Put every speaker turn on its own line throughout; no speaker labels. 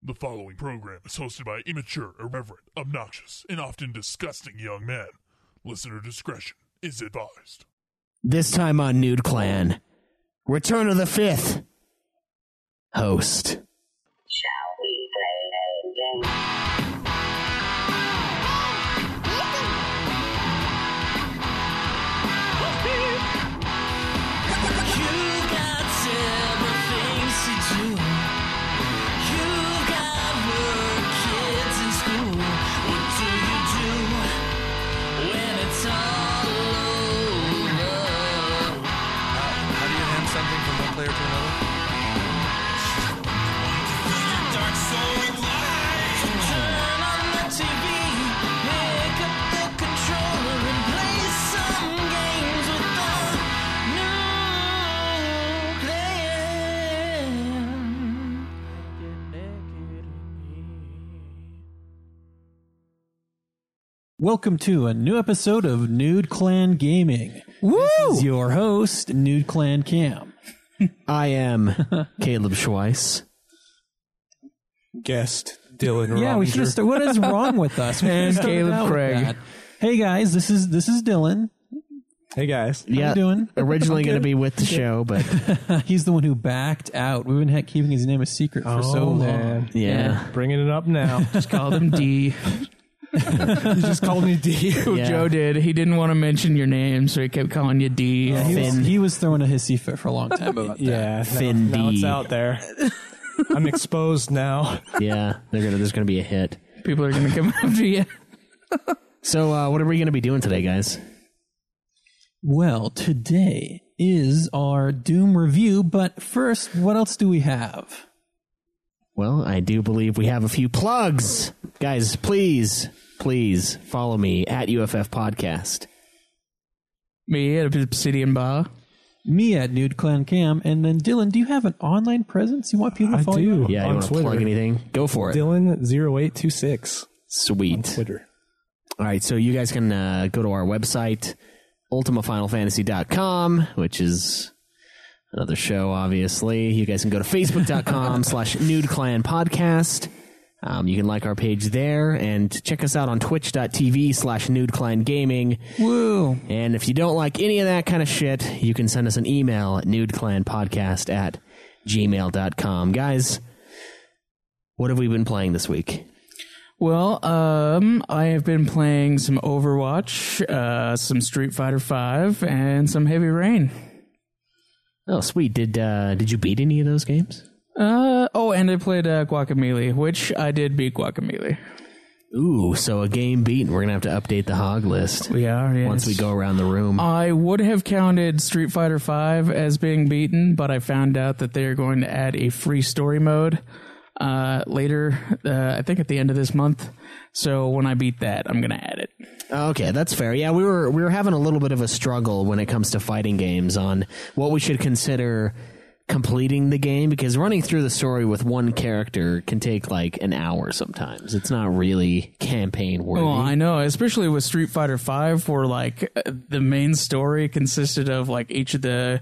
The following program is hosted by immature, irreverent, obnoxious, and often disgusting young men. Listener discretion is advised.
This time on Nude Clan. Return of the Fifth. Host.
Shall we play a game?
How do you hand something from one player to another?
Welcome to a new episode of Nude Clan Gaming.
Woo!
This is your host, Nude Clan Cam.
I am Caleb Schweiss.
guest Dylan.
Yeah, we should have started. What is wrong with us? We
And
should've started
Caleb
out with
Craig.
that. Hey guys, this is this is Dylan.
Hey guys,
yeah,
doing?
originally
I'm
going to
good.
be with the show, but
He's the one who backed out. We've been ha- keeping his name a secret for
Oh,
so long.
yeah,
bringing it up now.
Just called him D.
you just called me D.
Yeah.
Joe did. He didn't want to mention your name, so he kept calling you D.
He was,
Finn.
he was throwing a hissy fit for a long time about that.
Yeah,
Finn
now, now
D.
it's out there. I'm exposed now.
yeah. They're gonna, there's going to be a hit.
People are going to come after you.
So, uh, what are we going to be doing today, guys?
Well, today is our Doom review, but first, what else do we have?
Well, I do believe we have a few plugs. Guys, please, please follow me at UFF Podcast.
Me at Obsidian Bar.
Me at Nude Clan Cam, and then Dylan, do you have an online presence? You want people to
I
follow
do.
you?
Yeah,
On
you want to
Twitter.
plug anything? Go for it.
Dylan0826 on
Sweet.
Twitter.
All right, so you guys can uh, go to our website, ultimafinalfantasy.com, which is another show, obviously. You guys can go to facebook.com slash nude clan podcast. Um, you can like our page there and check us out on twitch.tv slash nude clan gaming.
Woo!
And if you don't like any of that kind of shit, you can send us an email at nudeclanpodcast at gmail.com. Guys, what have we been playing this week?
Well, um, I have been playing some Overwatch, uh, some Street Fighter Five, and some Heavy Rain.
Oh, sweet. Did uh, did you beat any of those games?
Uh, oh, and I played uh, Guacamelee, which I did beat Guacamelee.
Ooh, so a game beaten. We're gonna have to update the hog list
We are yes.
once we go around the room.
I would have counted Street Fighter V as being beaten, but I found out that they are going to add a free story mode uh, later. Uh, I think at the end of this month. So when I beat that, I'm going to add it.
Oh, okay, that's fair. Yeah, we were we were having a little bit of a struggle when it comes to fighting games on what we should consider completing the game because running through the story with one character can take like an hour sometimes. It's not really campaign worthy.
Well, Oh, I know, especially with Street Fighter V, where like uh, the main story consisted of like each of the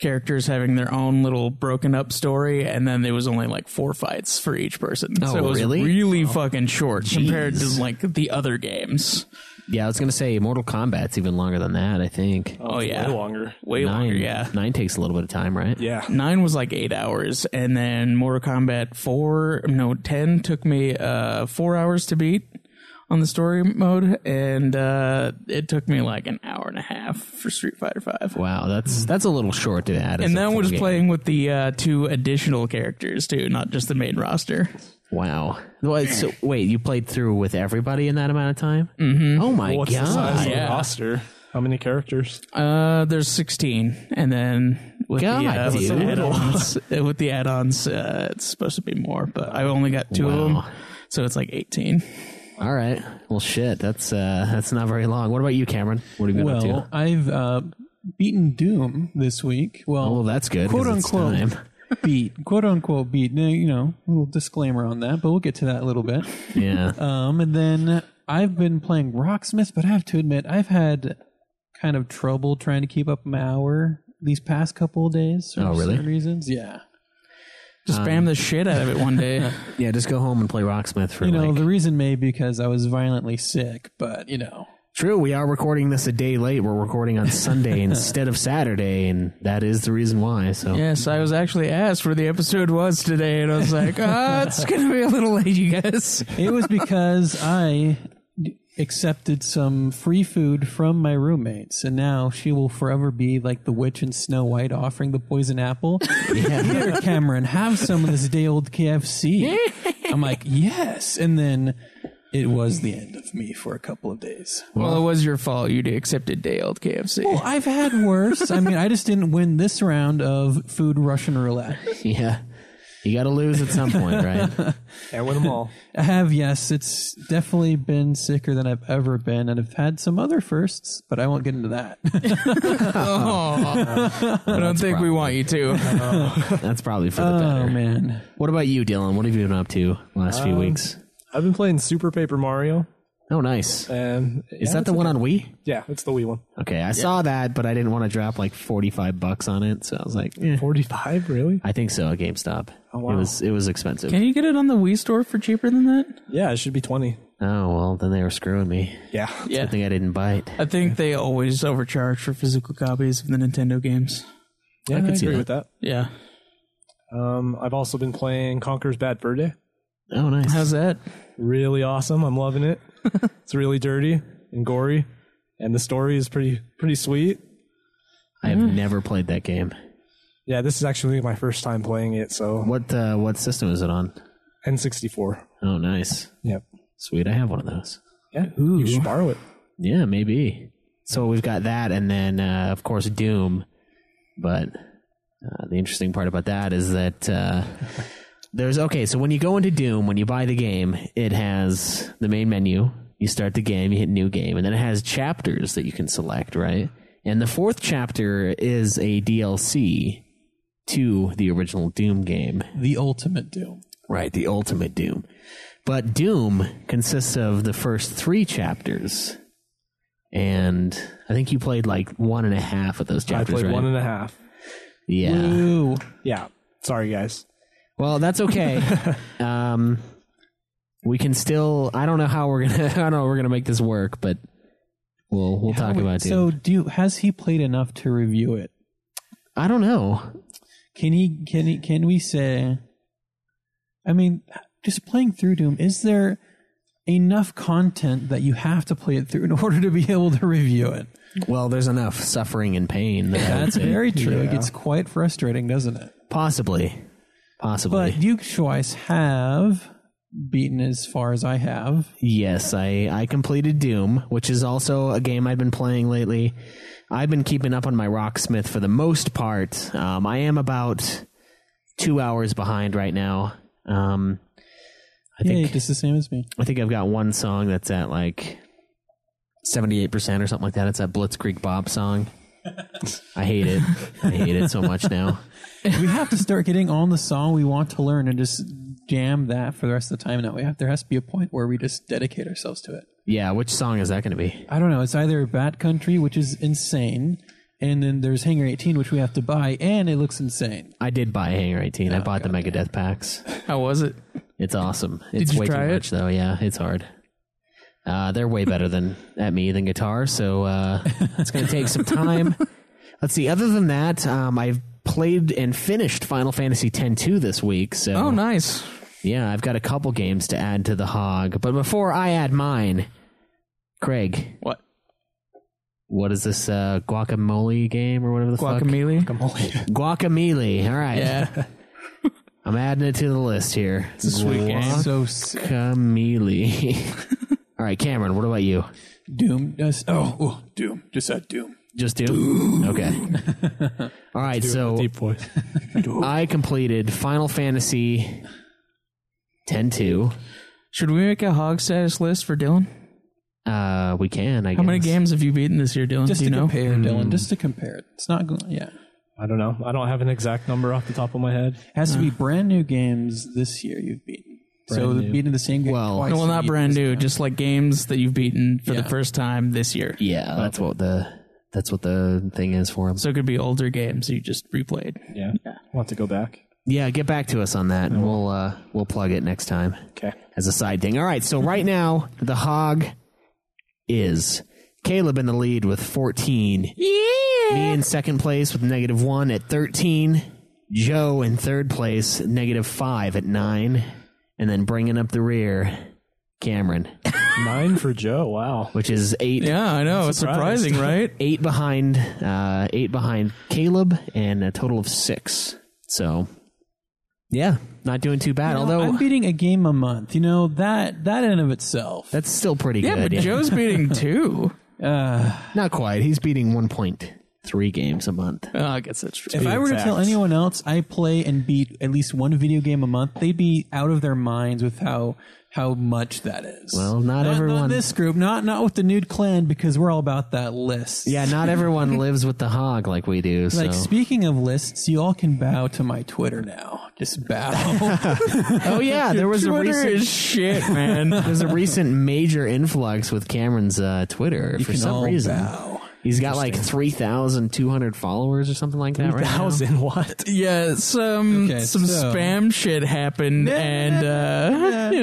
characters having their own little broken up story, and then there was only like four fights for each person.
Oh,
so it was
really?
really fucking short compared
Jeez.
to like the other games.
yeah, I was gonna say Mortal Kombat's even longer than that. I think
Oh, yeah,
Way longer.
way
nine.
longer. Yeah,
nine takes a little bit of time, right?
Yeah.
Nine was like eight hours, and then Mortal Kombat four, no ten, took me uh four hours to beat on the story mode, and uh it took me like an hour and a half for Street Fighter five.
Wow, that's that's a little short to add. as
And
a
that
full
was
game.
playing with the uh, two additional characters too, not just the main roster.
Wow. Well, so, wait, you played through with everybody in that amount of time? Mm-hmm. Oh my
What's the size
god!
of
Yeah.
the roster? How many characters?
Uh, there's 16, and then with
God,
the uh, with the
dude.
add-ons, uh, with the add-ons, uh, it's supposed to be more, but I only got two of
Wow.
them, so it's like 18.
All right. Well, shit. That's uh, that's not very long. What about you, Cameron? What have you been
Well,
up to?
I've uh, beaten Doom this week. Well,
Oh, well, that's good. 'cause
quote
it's
unquote
time.
beat, quote unquote beat. Now, you know, a little disclaimer on that, but we'll get to that in a little bit.
Yeah.
Um, and then I've been playing Rocksmith, but I have to admit, I've had kind of trouble trying to keep up my hour these past couple of days. For
Oh, really?
certain Reasons, yeah.
Just
Um,
spam the shit out of it one day.
Yeah, just go home and play Rocksmith for
You know,
like-
the reason may be because I was violently sick, but you know,
True, we are recording this a day late. We're recording on Sunday instead of Saturday, and that is the reason why. So
yes, I was actually asked where the episode was today, and I was like, "Ah, it's gonna be a little late, you guys."
it was because I accepted some free food from my roommates, and now she will forever be like the witch in Snow White offering the poison apple. Here, Cameron, have some of this day old KFC. I'm like, yes, and then it was the end of me for a couple of days.
Well, it was your fault. You accepted day old KFC.
Well, I've had worse. I mean, I just didn't win this round of food Russian roulette.
yeah, you got to lose at some point, right?
And with them all.
I have, yes. It's definitely been sicker than I've ever been, and I've had some other firsts, but I won't get into that.
I don't think we
probably-
want you to.
That's probably for the
oh,
better.
man. Um,
What about you, Dylan? What have you been up to last few weeks?
I've been playing Super Paper Mario,
Oh,
uh,
nice.
and
Is that the one on Wii?
yeah, it's the Wii one.
Okay, I saw that, but I didn't want to drop like forty-five bucks on it, so I was like, eh.
Forty-five, really?
I think so. At GameStop,
wow.
it was it was expensive.
Can you get it on the Wii store for cheaper than that?
Yeah, it should be twenty.
oh well, then they were screwing me.
Yeah,
Good thing I didn't buy it.
I think they always overcharge for physical copies of the Nintendo games.
yeah I,
can
agree
see
with that.
Yeah.
Um, I've also been playing Conker's Bad Fur Day.
Oh, nice.
How's that?
Really awesome. I'm loving it. it's really dirty and gory, and the story is pretty pretty sweet.
I have never played that game.
Yeah, this is actually my first time playing it. So
What uh, what system is it on?
N64.
Oh, nice.
Yep.
Sweet. I have one of those.
Yeah. You should borrow it.
Yeah, maybe. So we've got that, and then uh, of course Doom. But uh, the interesting part about that is that uh, there's okay. So when you go into Doom, when you buy the game, it has the main menu. You start the game, you hit new game, and then it has chapters that you can select, right? And the fourth chapter is a DLC to the original Doom game.
The ultimate doom.
Right, the ultimate Doom. But Doom consists of the first three chapters. And I think you played like one and a half of those
I
chapters,
played
right?
one and a half.
yeah.
Ooh.
Yeah. Sorry, guys.
Well, that's okay. um, we can still. I don't know how we're gonna. I don't know how we're gonna make this work, but we'll we'll talk
Wait,
about Doom.
So, do you, has he played enough to review it?
I don't know.
Can he? Can he? Can we say? I mean, just playing through Doom. Is there enough content that you have to play it through in order to be able to review it?
Well, there's enough suffering and pain. That I would
That's
say.
very true. It gets quite frustrating, doesn't it?
possibly, possibly.
But you choice have beaten as far as I have.
Yes, I, I completed Doom, which is also a game I've been playing lately. I've been keeping up on my Rocksmith for the most part. Um, I am about two hours behind right now. Um, I
Yeah,
think
just the same as me.
I think I've got one song that's at like seventy eight percent or something like that. It's that Blitzkrieg Bob song. I hate it. I hate it so much now.
we have to start getting on the song we want to learn and just jam that for the rest of the time. Now we have there has to be a point where we just dedicate ourselves to it.
Yeah, which song is that going to be?
I don't know. It's either Bat Country, which is insane, and then there's Hangar 18, which we have to buy, and it looks insane.
I did buy Hangar 18.
Oh,
I bought the Megadeth packs.
How was it?
It's awesome. It's
you
way
try
too
it?
much though. Yeah, it's hard. Uh, they're way better than at me than guitar, so uh, it's going to take some time. Let's see. Other than that, um, I've played and finished Final Fantasy X-2 this week. So
Oh, nice.
yeah, I've got a couple games to add to the hog. But before I add mine, Craig,
What?
what is this uh, guacamole game or whatever the
Guacamole?
fuck? Guacamole. All right,
Yeah.
I'm adding it to the list here. It's a
sweet game.
So s-
Camille. All right, Cameron, what about you?
Doom does. Oh, oh, Doom just said Doom.
Just do? Okay. All right, so
Deep voice.
I completed Final Fantasy 10 2.
Should we make a hog status list for Dylan?
Uh, we can, I guess.
How many games have you beaten this year, Dylan?
Just
Do you
to
know?
compare, Dylan. Just to compare it. It's not going. Yeah, it
I don't know. I don't have an exact number off the top of my head.
has to be brand new games this year you've beaten. so beating the same game
Well,
twice.
No, well,
in a
not
year
brand
is-
new. Just like games that you've beaten for the
Yeah.
first time this year.
Yeah, that's what the that's what the thing is for him.
So it could be older games you just replayed.
Yeah. I'll have to go back.
Yeah, get back to us on that, and we'll uh, we'll plug it next time.
Okay.
As a side thing. All right. So right now, the hog is Caleb in the lead with fourteen. Yeah. Me in second place with negative one at thirteen. Joe in third place, negative five at nine, and then bringing up the rear, Cameron,
Nine for Joe. Wow.
which is eight.
Yeah, I know. It's
surprised.
surprising, right?
Eight behind, uh, eight behind Caleb, and a total of six. So, yeah, not doing too bad.
You know,
although
I'm beating a game a month, you know that that in and of itself.
That's still pretty
Yeah,
good.
but Joe's beating two.
Not quite. He's beating 1.3 games a month.
Oh, I guess that's true.
if I were to tell anyone else I play and beat at least one video game a month, they'd be out of their minds with how how much that is.
Well, not everyone-
this group, not not with the nude clan, because we're all about that list.
Yeah, not everyone lives with the hog like we do. So.
Like speaking of lists, you all can bow to my Twitter now. Just bow.
oh yeah, there was a
Twitter
recent
is shit, man.
there's a recent major influx with Cameron's uh, Twitter for
can
some
all
reason.
bow.
He's got like 3,200 followers or something like that right now.
Thousand what?
yeah, some
Okay,
some
so-
spam shit happened, and uh, you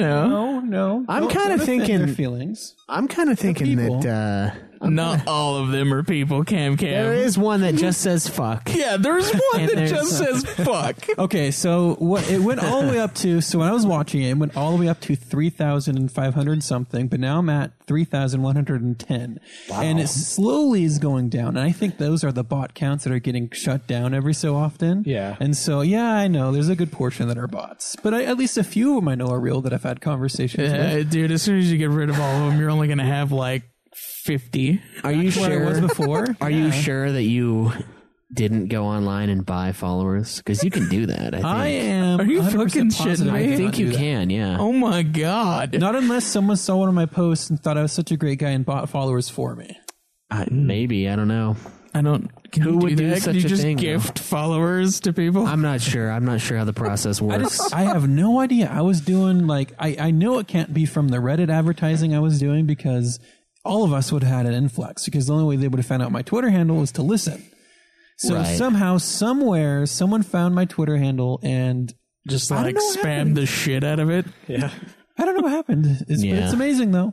no,
know,
no.
I'm
don't-
kinda
don't offend
thinking-
their feelings.
I'm kind of thinking
people.
that uh,
not all of them are people. Cam, Cam.
there is one that just says fuck.
Yeah, there's one
And
that
there's-
just says fuck.
Okay, so what it went all the way up to. So when I was watching it, it went all the way up to three thousand and five hundred something, but now I'm at three thousand one hundred and ten, and it slowly is going down. And I think those are the bot counts that are getting shut down every so often.
Yeah.
and so yeah, I know there's a good portion that are bots, but I, at least a few of them I know are real that I've had conversations with.
Uh, dude, as soon as you get rid of all of them, you're only gonna have like fifty.
Are you
What
sure?
I was before.
Are you sure that you didn't go online and buy followers? Because you can do that. I think.
I am.
Are you
100%
fucking
positive
shitting
I
me?
did
I
not
think
do
you
that.
can. Yeah.
Oh my god.
Not unless someone saw one of my posts and thought I was such a great guy and bought followers for me.
Uh, maybe I don't know.
I don't. Can
Who
you
would do
that?
such
can you
a
just
thing, though?
gift followers to people?
I'm not sure. I'm not sure how the process
I
works.
just I have no idea. I was doing like I I know it can't be from the Reddit advertising I was doing because all of us would have had an influx because the only way they would have found out my Twitter handle was to listen. So
Right.
somehow, somewhere, someone found my Twitter handle and
just
I don't
like
know what
spam
happened.
the shit out of it.
Yeah.
I don't know what happened. It's,
Yeah.
it's amazing though.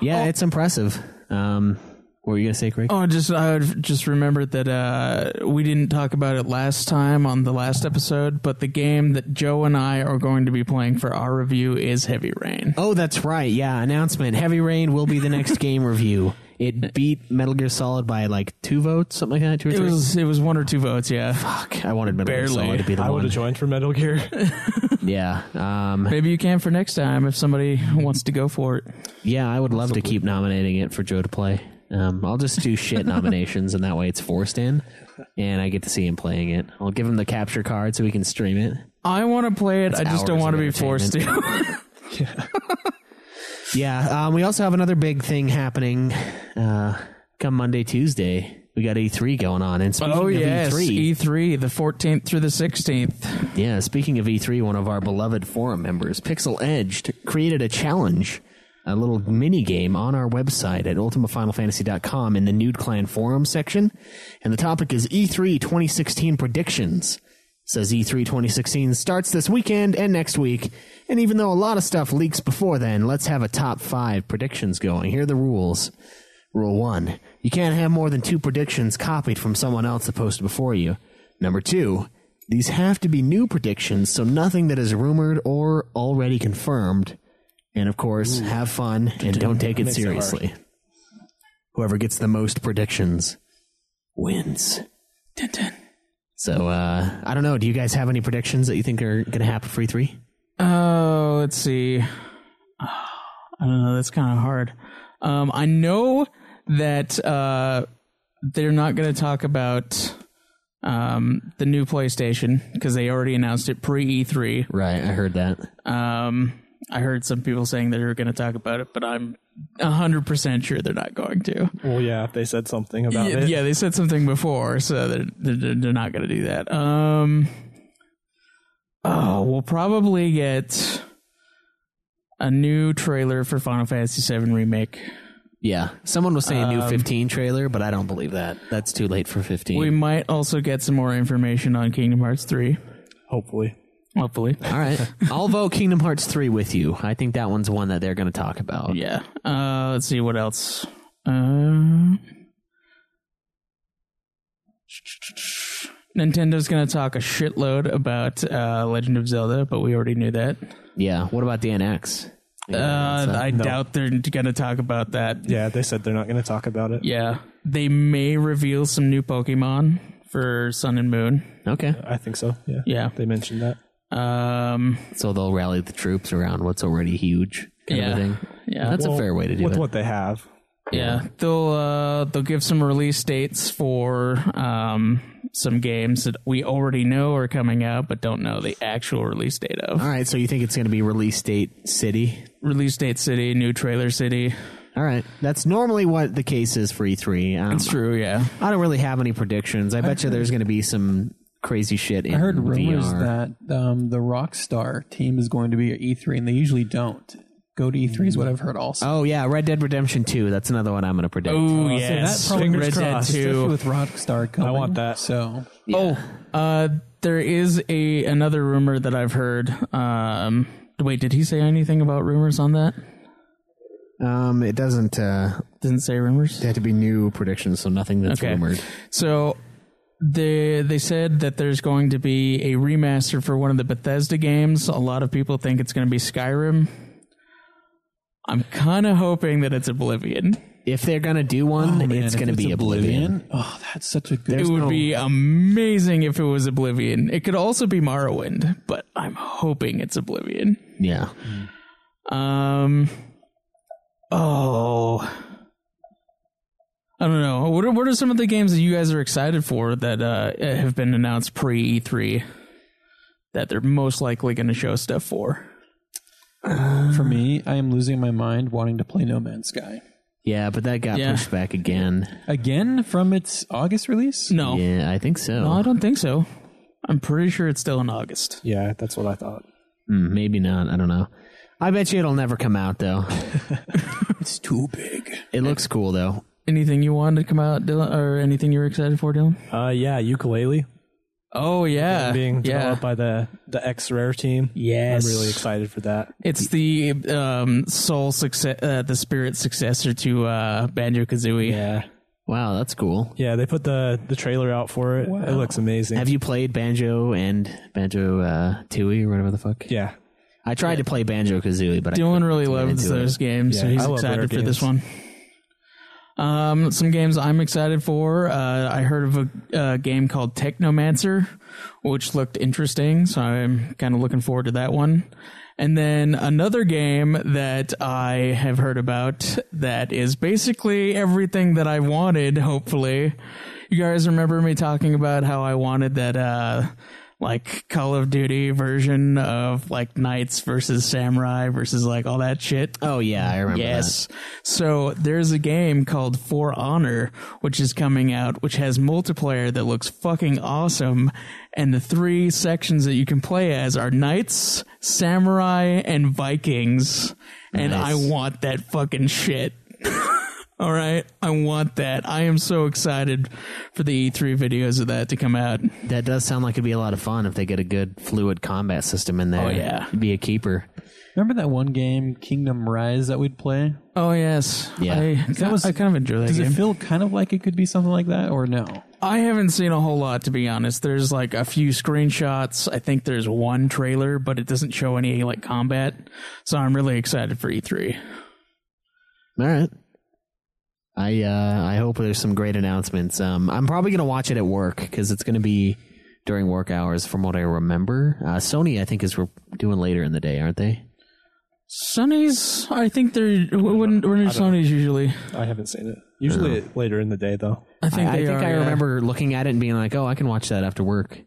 yeah, it's impressive. Um, what were you gonna say, Craig?
Oh, just I would just remembered that uh, we didn't talk about it last time on the last episode, but the game that Joe and I are going to be playing for our review is Heavy Rain.
Oh, that's right. Yeah, announcement. Heavy Rain will be the next game review. It beat Metal Gear Solid by like two votes, something like that. Two or
It
three.
was it was one or two votes, yeah.
Fuck, I wanted Metal Gear
barely.
Solid to be the
I would
one.
have joined for Metal Gear.
Yeah, um,
Maybe you can for next time if somebody wants to go for it.
yeah, I would love to keep nominating it for Joe to play. Um, I'll just do shit nominations, and that way it's forced in, and I get to see him playing it. I'll give him the capture card so he can stream it.
I want to play it. I just don't
hours
want to
of
be forced to.
Yeah, um, we also have another big thing happening uh, come Monday, Tuesday. We got E3 going on, and speaking
oh
of E
yes,
E3,
E3, the 14th through the 16th.
yeah, speaking of E3, one of our beloved forum members, Pixel Edge, t- created a challenge, a little mini game on our website at ultimatefinalfantasy.com in the Nude Clan forum section, and the topic is E E3 2016 predictions. Says E E3 2016 starts this weekend and next week, and even though a lot of stuff leaks before then, let's have a top five predictions going. Here are the rules. Rule one you can't have more than two predictions copied from someone else that posted before you. Number two, these have to be new predictions, so nothing that is rumored or already confirmed. And of course, have fun and don't take it
Makes it hard.
seriously. Whoever gets the most predictions wins. So uh, I don't know. Do you guys have any predictions that you think are going to happen for E E3?
Oh, let's see. I don't know. That's kind of hard. Um, I know that uh, they're not going to talk about um, the new PlayStation because they already announced it pre E3.
Right, I heard that.
Um, I heard some people saying they were going to talk about it, but I'm 100% sure they're not going to.
well, yeah, if they said something about
yeah,
it.
yeah, they said something before, so they're, they're, they're not going to do that. Um, oh, we'll probably get a new trailer for Final Fantasy VII Remake.
Yeah, someone was saying new 15 trailer, but I don't believe that. That's too late for 15.
We might also get some more information on Kingdom Hearts 3.
Hopefully.
Hopefully.
All right. I'll vote Kingdom Hearts 3 with you. I think that one's one that they're going to talk about.
Yeah. Uh, let's see what else. Uh, Nintendo's gonna talk a shitload about uh, Legend of Zelda, but we already knew that.
Yeah. What about the NX?
uh, I doubt they're gonna talk about that.
Yeah, they said they're not going to talk about it.
Yeah, they may reveal some new Pokemon for Sun and Moon.
Okay.
I think so. Yeah.
Yeah.
They mentioned that.
Um,
So they'll rally the troops around what's already huge kind
Yeah.
of a thing.
Yeah.
That's
Well,
a fair way to do
with
it.
what they have.
yeah, they'll uh, they'll give some release dates for um, some games that we already know are coming out, but don't know the actual release date of.
All right. So you think it's going to be release date city?
Release date city, new trailer city.
All right. That's normally what the case is for E3. Um,
It's true, yeah.
I don't really have any predictions. I bet you there's going to be some crazy shit in
I heard rumors
VR.
that um, the Rockstar team is going to be at E3, and they usually don't. Go to E3 is what I've heard also.
Oh yeah, Red Dead Redemption 2. That's another one I'm going to predict.
Oh
So
yes,
that probably
Red Dead
Especially
Two.
with Rockstar coming.
I want that.
So
Oh, uh, there is a another rumor that I've heard. Um, wait, did he say anything about rumors on that?
Um, it doesn't. Uh,
Didn't say rumors.
they had to be new predictions, so nothing that's
Okay.
rumored.
So they they said that there's going to be a remaster for one of the Bethesda games. A lot of people think it's going to be Skyrim. I'm kind of hoping that it's Oblivion.
If they're gonna do
Oh,
one,
Man,
it's
if
gonna be Oblivion.
Oh, that's such a good.
it would be amazing if it was Oblivion. It could also be Morrowind, but I'm hoping it's Oblivion.
Yeah.
Um. Oh. I don't know. What are, what are some of the games that you guys are excited for that uh, have been announced pre E3 that they're most likely going to show stuff for?
for me. I am losing my mind wanting to play No Man's Sky
Yeah, but that got
Yeah.
pushed back again.
again from its August release.
No.
Yeah, I think so.
No, I don't think so. I'm pretty sure it's still in August.
Yeah, that's what I thought.
Hmm, maybe not. I don't know. I bet you it'll never come out though.
It's too big.
It looks cool though.
Anything you wanted to come out, Dylan, or anything you were excited for, Dylan?
Uh, yeah, ukulele
Oh yeah,
Uh,
being
yeah.
developed by the the X Rare team.
Yes.
I'm really excited for that.
It's the um, soul success, uh, the spirit successor to uh, Banjo Kazooie.
Yeah,
Wow, that's cool.
yeah. They put the the trailer out for it. It looks amazing.
Have you played Banjo and Banjo uh, Tooie or whatever the fuck?
yeah,
I tried to play Banjo Kazooie, but I
Dylan
couldn't
really
get
loves
into it.
those games, so
Yeah,
he's
I love rare
excited for this one.
games.
Um, some games I'm excited for. Uh, I heard of a uh, game called Technomancer, which looked interesting, so I'm kind of looking forward to that one. And then another game that I have heard about that is basically everything that I wanted, hopefully. You guys remember me talking about how I wanted that, uh, like Call of Duty version of like knights versus samurai versus like all that shit.
Oh yeah, I remember.
Yes. So there's a game called For Honor, which is coming out, which has multiplayer that looks fucking awesome. And the three sections that you can play as are knights, samurai, and Vikings. And I want that fucking shit. All right. I want that. I am so excited for the E3 videos of that to come out.
That. that does sound like it'd be a lot of fun if they get a good fluid combat system in there.
Oh, yeah.
It'd be a keeper.
Remember that one game, Kingdom Rise, that we'd play?
Oh, yes.
Yeah.
I,
That was-
I kind of enjoy that
Does
game.
it feel kind of like it could be something like that, or no?
I haven't seen a whole lot to be honest. There's like a few screenshots. I think there's one trailer, but it doesn't show any like combat. So I'm really excited for E E3.
All right. I uh, I hope there's some great announcements. Um, I'm probably gonna watch it at work because it's gonna be during work hours, from what I remember. Uh, Sony, I think, is we're doing later in the day, aren't they?
Sony's, I think they're when when are Sony's usually?
I haven't seen it. Usually
Oh.
later in the day though.
I think
I, I
they
think
are,
I
yeah.
remember looking at it and being like, "Oh, I can watch that after work."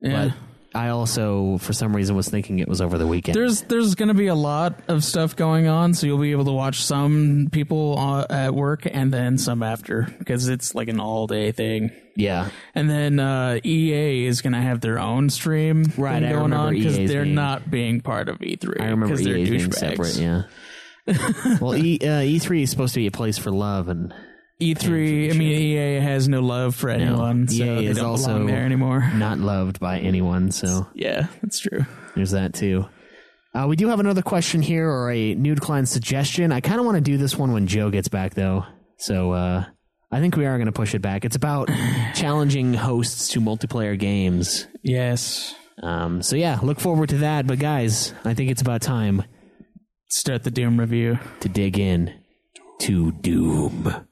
Yeah.
But I also, for some reason, was thinking it was over the weekend.
There's there's going to be a lot of stuff going on, so you'll be able to watch some people uh, at work and then some after because it's like an all day thing.
yeah,
And then uh, EA is going to have their own stream
Right,
thing
I
going
remember
on because
EA's
they're
being-
not being part of E3.
I remember
'cause they're
EA being
douchebags.
E separate. Yeah. well, e, uh, E3 is supposed to be a place for love, and
E3, I mean, EA has no love for anyone, so
EA
they
is
don't
also-
belong there anymore.
Not loved by anyone, so
Yeah, that's true.
there's that too. Uh, we do have another question here, or a nude client suggestion. I kind of want to do this one when Joe gets back, though. So uh, I think we are going to push it back. It's about challenging hosts to multiplayer games.
Yes.
Um, so yeah, look forward to that. But guys, I think it's about time
Start the Doom review.
to dig in to Doom.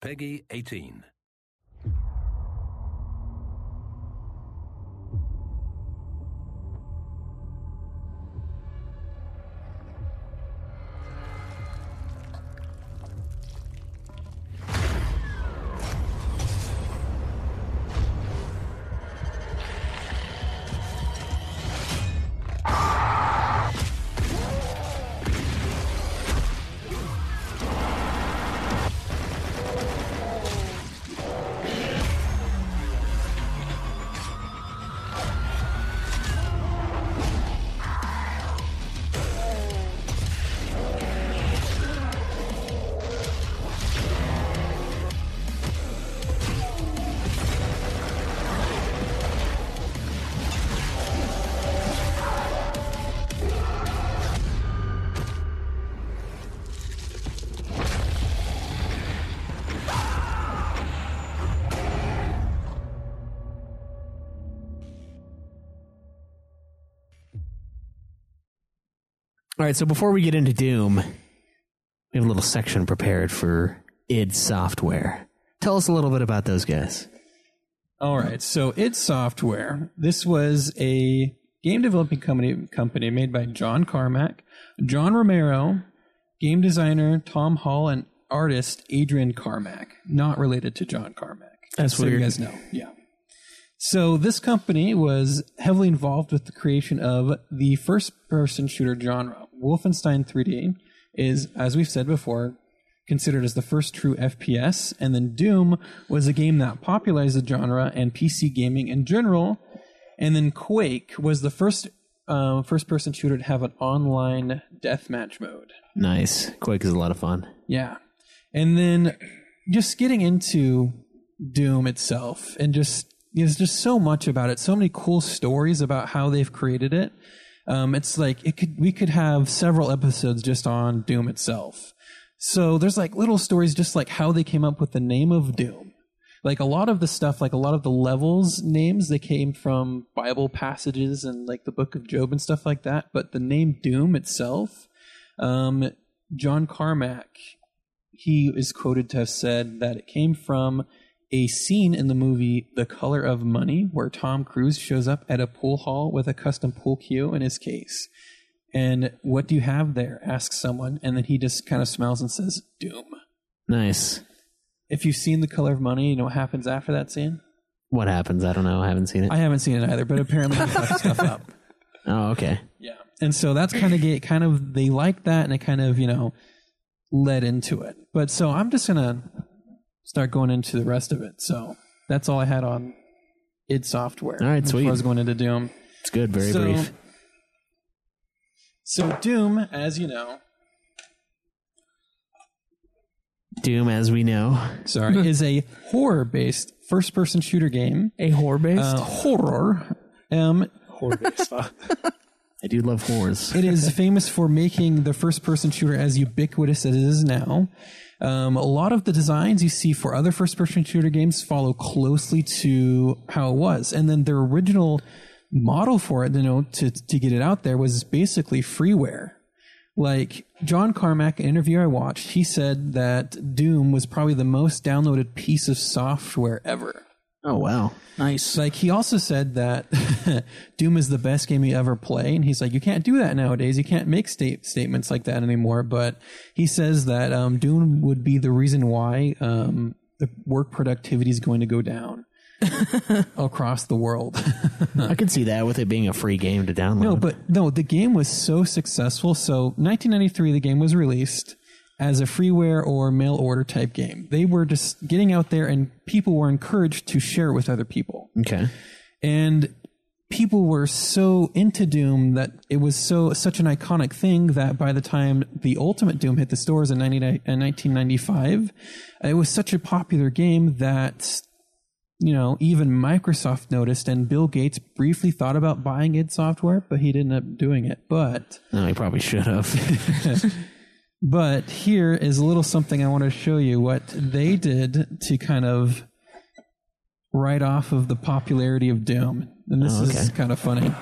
Peggy 18.
All right, so before we get into Doom, we have a little section prepared for id Software. Tell us a little bit about those guys.
All right. So id Software. This was a game developing company company made by John Carmack, John Romero, game designer Tom Hall, and artist Adrian Carmack. Not related to John Carmack.
That's
so
weird.
you guys know. Yeah. So this company was heavily involved with the creation of the first-person shooter genre. Wolfenstein 3D is, as we've said before, considered as the first true FPS, and then Doom was a game that popularized the genre and PC gaming in general. And then Quake was the first uh, first-person shooter to have an online deathmatch mode.
Nice. Quake is a lot of fun.
Yeah. And then just getting into Doom itself and just there's just so much about it. So many cool stories about how they've created it. Um, it's like it could we could have several episodes just on Doom itself. So there's like little stories just like how they came up with the name of Doom. Like a lot of the stuff, like a lot of the levels names, they came from Bible passages and like the book of Job and stuff like that. But the name Doom itself, um, John Carmack, he is quoted to have said that it came from a scene in the movie The Color of Money, where Tom Cruise shows up at a pool hall with a custom pool cue in his case. And what do you have there? asks someone. And then he just kind of smiles and says, Doom.
Nice.
If you've seen The Color of Money, you know what happens after that scene?
What happens? I don't know. I haven't seen it.
I haven't seen it either, but apparently he fucked stuff up.
oh, okay.
Yeah. And so that's kind of get kind of they like that and it kind of, you know, led into it. But so I'm just going to start going into the rest of it. So that's all I had on id software.
All right,
before
sweet.
I was going into Doom.
It's good. Very
so,
brief.
So Doom, as you know,
Doom, as we know.
sorry, is a horror-based first-person shooter game.
A whore based?
Uh, horror. Um,
I do love horrors.
It is famous for making the first person shooter as ubiquitous as it is now. Um, a lot of the designs you see for other first person shooter games follow closely to how it was. And then their original model for it, you know, to, to get it out there was basically freeware. Like John Carmack, an interview I watched, he said that Doom was probably the most downloaded piece of software ever.
Oh, wow.
nice.
Like he also said that Doom is the best game you ever play, and he's like, you can't do that nowadays. You can't make state- statements like that anymore. But he says that um, Doom would be the reason why um, the work productivity is going to go down across the world.
I could see that with it being a free game to download.
No, but no, the game was so successful. So 1993, the game was released as a freeware or mail order type game. They were just getting out there, and people were encouraged to share it with other people
Okay.
and people were so into Doom that it was so such an iconic thing that by the time the Ultimate Doom hit the stores in 90, in 1995, it was such a popular game that you know even Microsoft noticed, and Bill Gates briefly thought about buying id Software, but he didn't end up doing it. But
No, he probably should have.
but here is a little something I want to show you what they did to kind of write off of the popularity of Doom. And this
Oh,
is
okay.
kind of funny.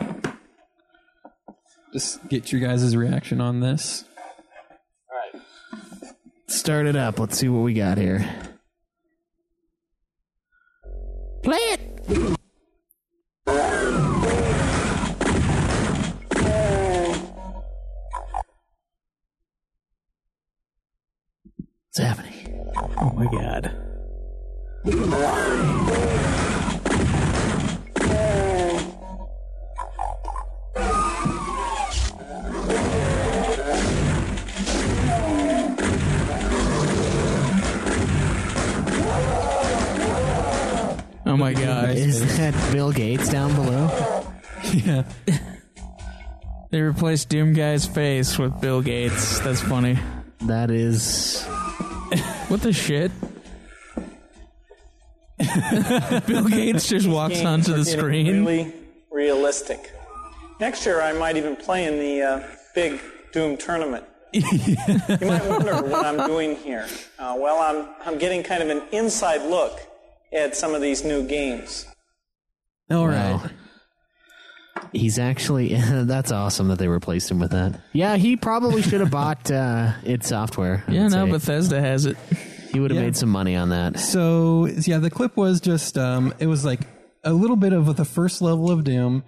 Just get your guys' reaction on this.
Start it up. Let's see what we got here. Play it. What's happening?
Oh my god. Oh my god.
Is that Bill Gates down below?
Yeah.
They replaced Doom Guy's face with Bill Gates. That's funny.
That is.
What the shit? Bill Gates just walks onto the screen.
Really realistic. Next year, I might even play in the uh, big Doom tournament. you might wonder what I'm doing here. Uh, well, I'm, I'm getting kind of an inside look at some of these new games.
All right.
Wow. He's actually. That's awesome that they replaced him with that. Yeah, he probably should have bought uh, id Software. I
Yeah,
would
no,
say.
Bethesda has it.
he would have
Yeah.
made some money on that.
So yeah, the clip was just um, it was like a little bit of the first level of Doom,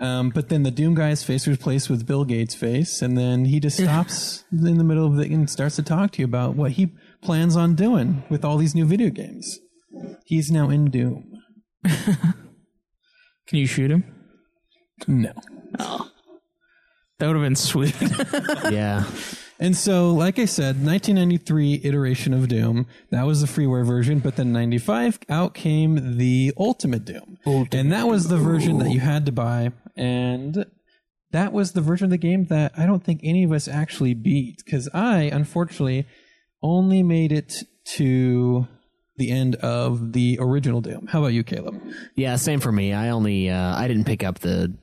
um, but then the Doom guy's face was placed with Bill Gates' face, and then he just stops in the middle of it and starts to talk to you about what he plans on doing with all these new video games. He's now in Doom.
Can you shoot him?
No.
That would have been sweet.
Yeah.
And so, like I said, 1993 iteration of Doom. That was the freeware version, but then 95 out came the Ultimate Doom. and that was the version that you had to buy. And that was the version of the game that I don't think any of us actually beat. Because I, unfortunately, only made it to the end of the original Doom. How about you, Caleb?
Yeah, same for me. I only uh, I didn't pick up the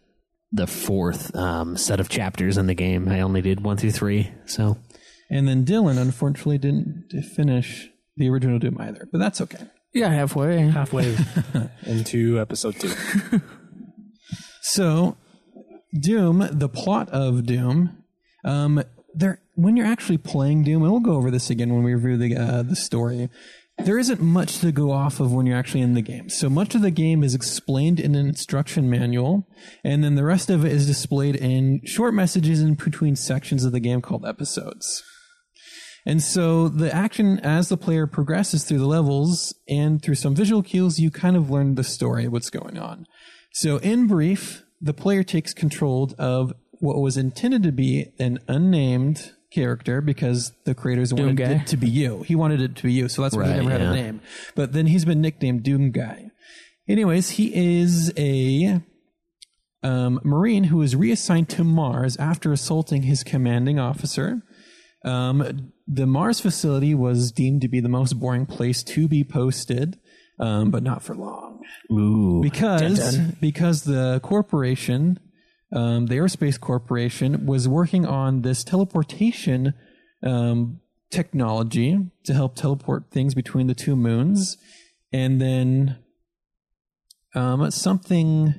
the fourth um, set of chapters in the game. I only did one through three. So
And then Dylan, unfortunately, didn't finish the original Doom either. But that's okay.
yeah, halfway.
halfway into episode two.
So, Doom, the plot of Doom, um, there when you're actually playing Doom, and we'll go over this again when we review the uh, the story. There isn't much to go off of when you're actually in the game. So much of the game is explained in an instruction manual, and then the rest of it is displayed in short messages in between sections of the game called episodes. And so the action as the player progresses through the levels and through some visual cues, you kind of learn the story, what's going on. So in brief, the player takes control of what was intended to be an unnamed character because the creators wanted
Guy.
it to be you. He wanted it to be you, so that's why he
Right,
never had a
yeah.
name. But then he's been nicknamed Doom Guy. Anyways, he is a um, Marine who is reassigned to Mars after assaulting his commanding officer. Um, the Mars facility was deemed to be the most boring place to be posted, um, but not for long
ooh,
because because the corporation, um, the aerospace corporation, was working on this teleportation um, technology to help teleport things between the two moons, and then um, something.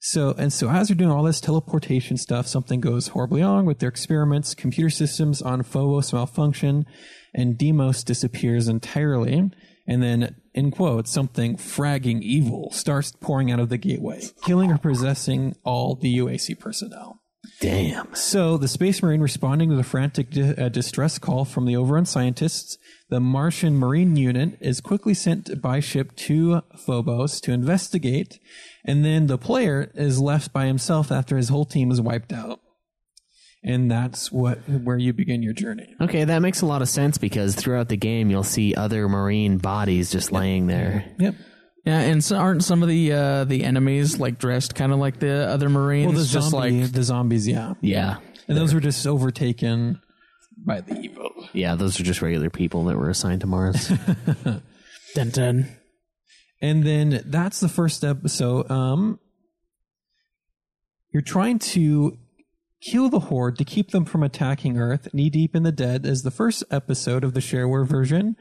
So and so, as they're doing all this teleportation stuff, something goes horribly wrong with their experiments. Computer systems on Phobos malfunction, and Demos disappears entirely. And then, in quotes, something fragging evil starts pouring out of the gateway, killing or possessing all the UAC personnel.
damn.
So the Space Marine responding to the frantic di- uh, distress call from the overrun scientists, the Martian Marine unit is quickly sent by ship to Phobos to investigate, and then the player is left by himself after his whole team is wiped out. And that's what where you begin your journey.
Okay, that makes a lot of sense because throughout the game you'll see other marine bodies just laying there.
Yep.
Yeah, and so aren't some of the uh, the enemies like dressed kind of like the other Marines?
Well, the
just
zombie-
like
the zombies, yeah,
Yeah.
and those were just overtaken by the evil.
Yeah, those are just regular people that were assigned to Mars.
dun dun.
And then that's the first episode. Um, you're trying to kill the horde to keep them from attacking Earth. Knee Deep in the Dead is the first episode of the shareware version.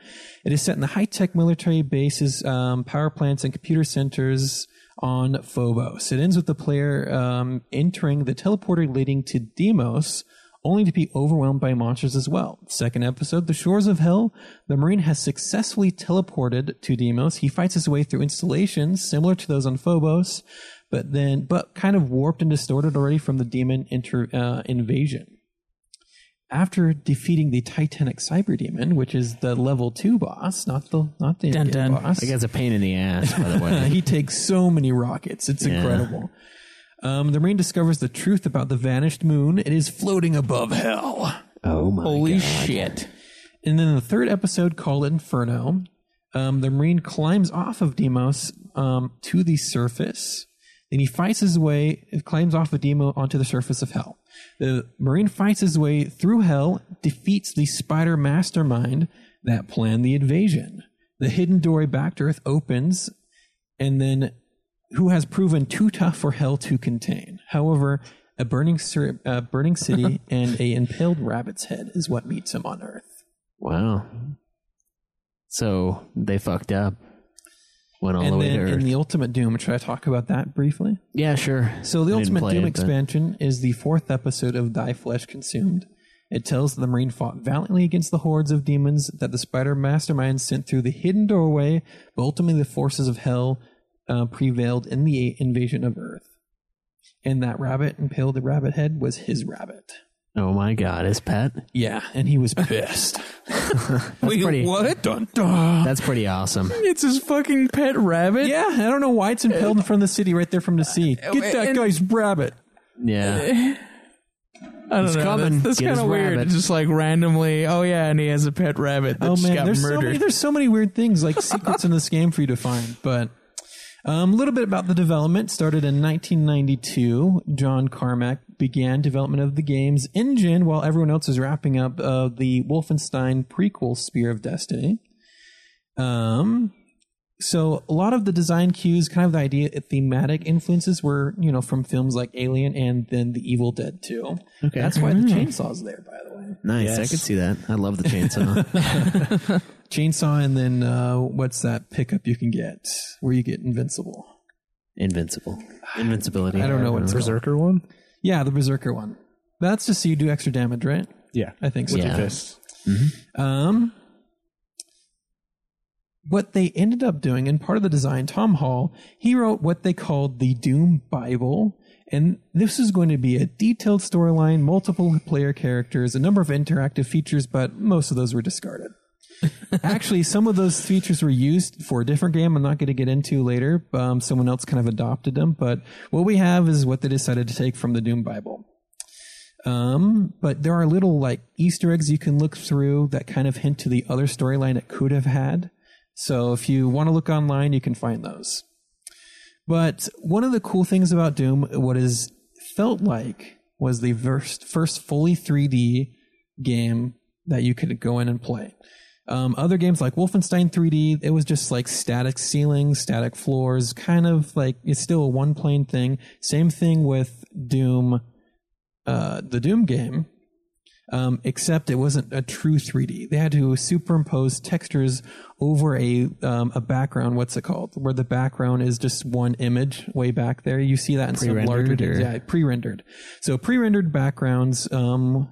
It is set in the high tech military bases, um, power plants, and computer centers on Phobos. It ends with the player um, entering the teleporter leading to Deimos. Only to be overwhelmed by monsters as well. Second episode, The Shores of Hell. The Marine has successfully teleported to Deimos. He fights his way through installations similar to those on Phobos, but then but kind of warped and distorted already from the demon inter, uh, invasion. After defeating the Titanic Cyber Demon, which is the level two boss, not the not the
Dun
end
dun.
boss.
I guess a pain in the ass, by the
Uh,
way.
he takes so many rockets. It's incredible. Um, the Marine discovers the truth about the vanished moon. It is floating above hell.
oh my
Holy shit!
And then the third episode, called Inferno, um, the Marine climbs off of Deimos um, to the surface. Then he fights his way, climbs off of Demo onto the surface of Hell. The Marine fights his way through Hell, defeats the spider mastermind that planned the invasion. The hidden doorway back to Earth opens, and then who has proven too tough for hell to contain. However, a burning, cir- uh, burning city and a impaled rabbit's head is what meets him on Earth.
Wow. So they fucked up. Went all the
and
way
then
to Earth.
in the Ultimate Doom, should I talk about that briefly?
yeah, sure.
So the
I didn't
Ultimate
play
Doom
it, but-
expansion is the fourth episode of Thy Flesh Consumed. It tells that the Marine fought valiantly against the hordes of demons that the Spider Mastermind sent through the hidden doorway, but ultimately the forces of Hell uh, prevailed in the invasion of Earth. And that rabbit impaled the rabbit head was his rabbit.
Oh my god, his pet.
Yeah, and he was pissed.
Wait,
pretty-
what?
That's pretty awesome.
It's his fucking pet rabbit.
yeah, I don't know why it's impaled in front of the city right there from the sea. Get that
and-
guy's rabbit.
Yeah.
I don't
He's
know.
coming.
That's,
Get
kind of
his
weird.
rabbit.
Just like randomly. Oh yeah, and he has a pet rabbit that
oh
just
man,
got
there's so many
murdered.
there's so many weird things like secrets in this game for you to find. But um, a little bit about the development started in 1992. John Carmack began development of the game's engine while everyone else is wrapping up uh, the Wolfenstein prequel Spear of Destiny. Um, so a lot of the design cues, kind of the idea, thematic influences were you know from films like Alien and then The Evil Dead too. Okay, that's why the
Mm-hmm.
chainsaw's there, by the way.
Nice. I
Yes.
could see that. I love the chainsaw.
chainsaw and then uh, what's that pickup you can get where you get invincible
Invincible. Invincibility.
I don't know what it's called.
Berserker one?
yeah the berserker one that's just so you do extra damage right
Yeah.
i think so
Yeah.
Fist.
Um, what they ended up doing, and part of the design, Tom Hall, he wrote what they called the Doom Bible. And this is going to be a detailed storyline, multiple player characters, a number of interactive features, but most of those were discarded. Actually, some of those features were used for a different game. I'm not going to get into later. Um, someone else kind of adopted them, but what we have is what they decided to take from the Doom Bible. Um, but there are little like Easter eggs you can look through that kind of hint to the other storyline it could have had. So if you want to look online, you can find those. But one of the cool things about Doom, what is felt like was the first, first fully 3D game that you could go in and play. Um, other games like Wolfenstein 3D, it was just like static ceilings, static floors, kind of like it's still a one plane thing. Same thing with Doom uh, the Doom game, um, except it wasn't a true 3D. They had to superimpose textures over a um, a background. What's it called? Where the background is just one image way back there. You see that in some larger
Pre-rendered or-
yeah pre-rendered. So pre-rendered backgrounds. Um,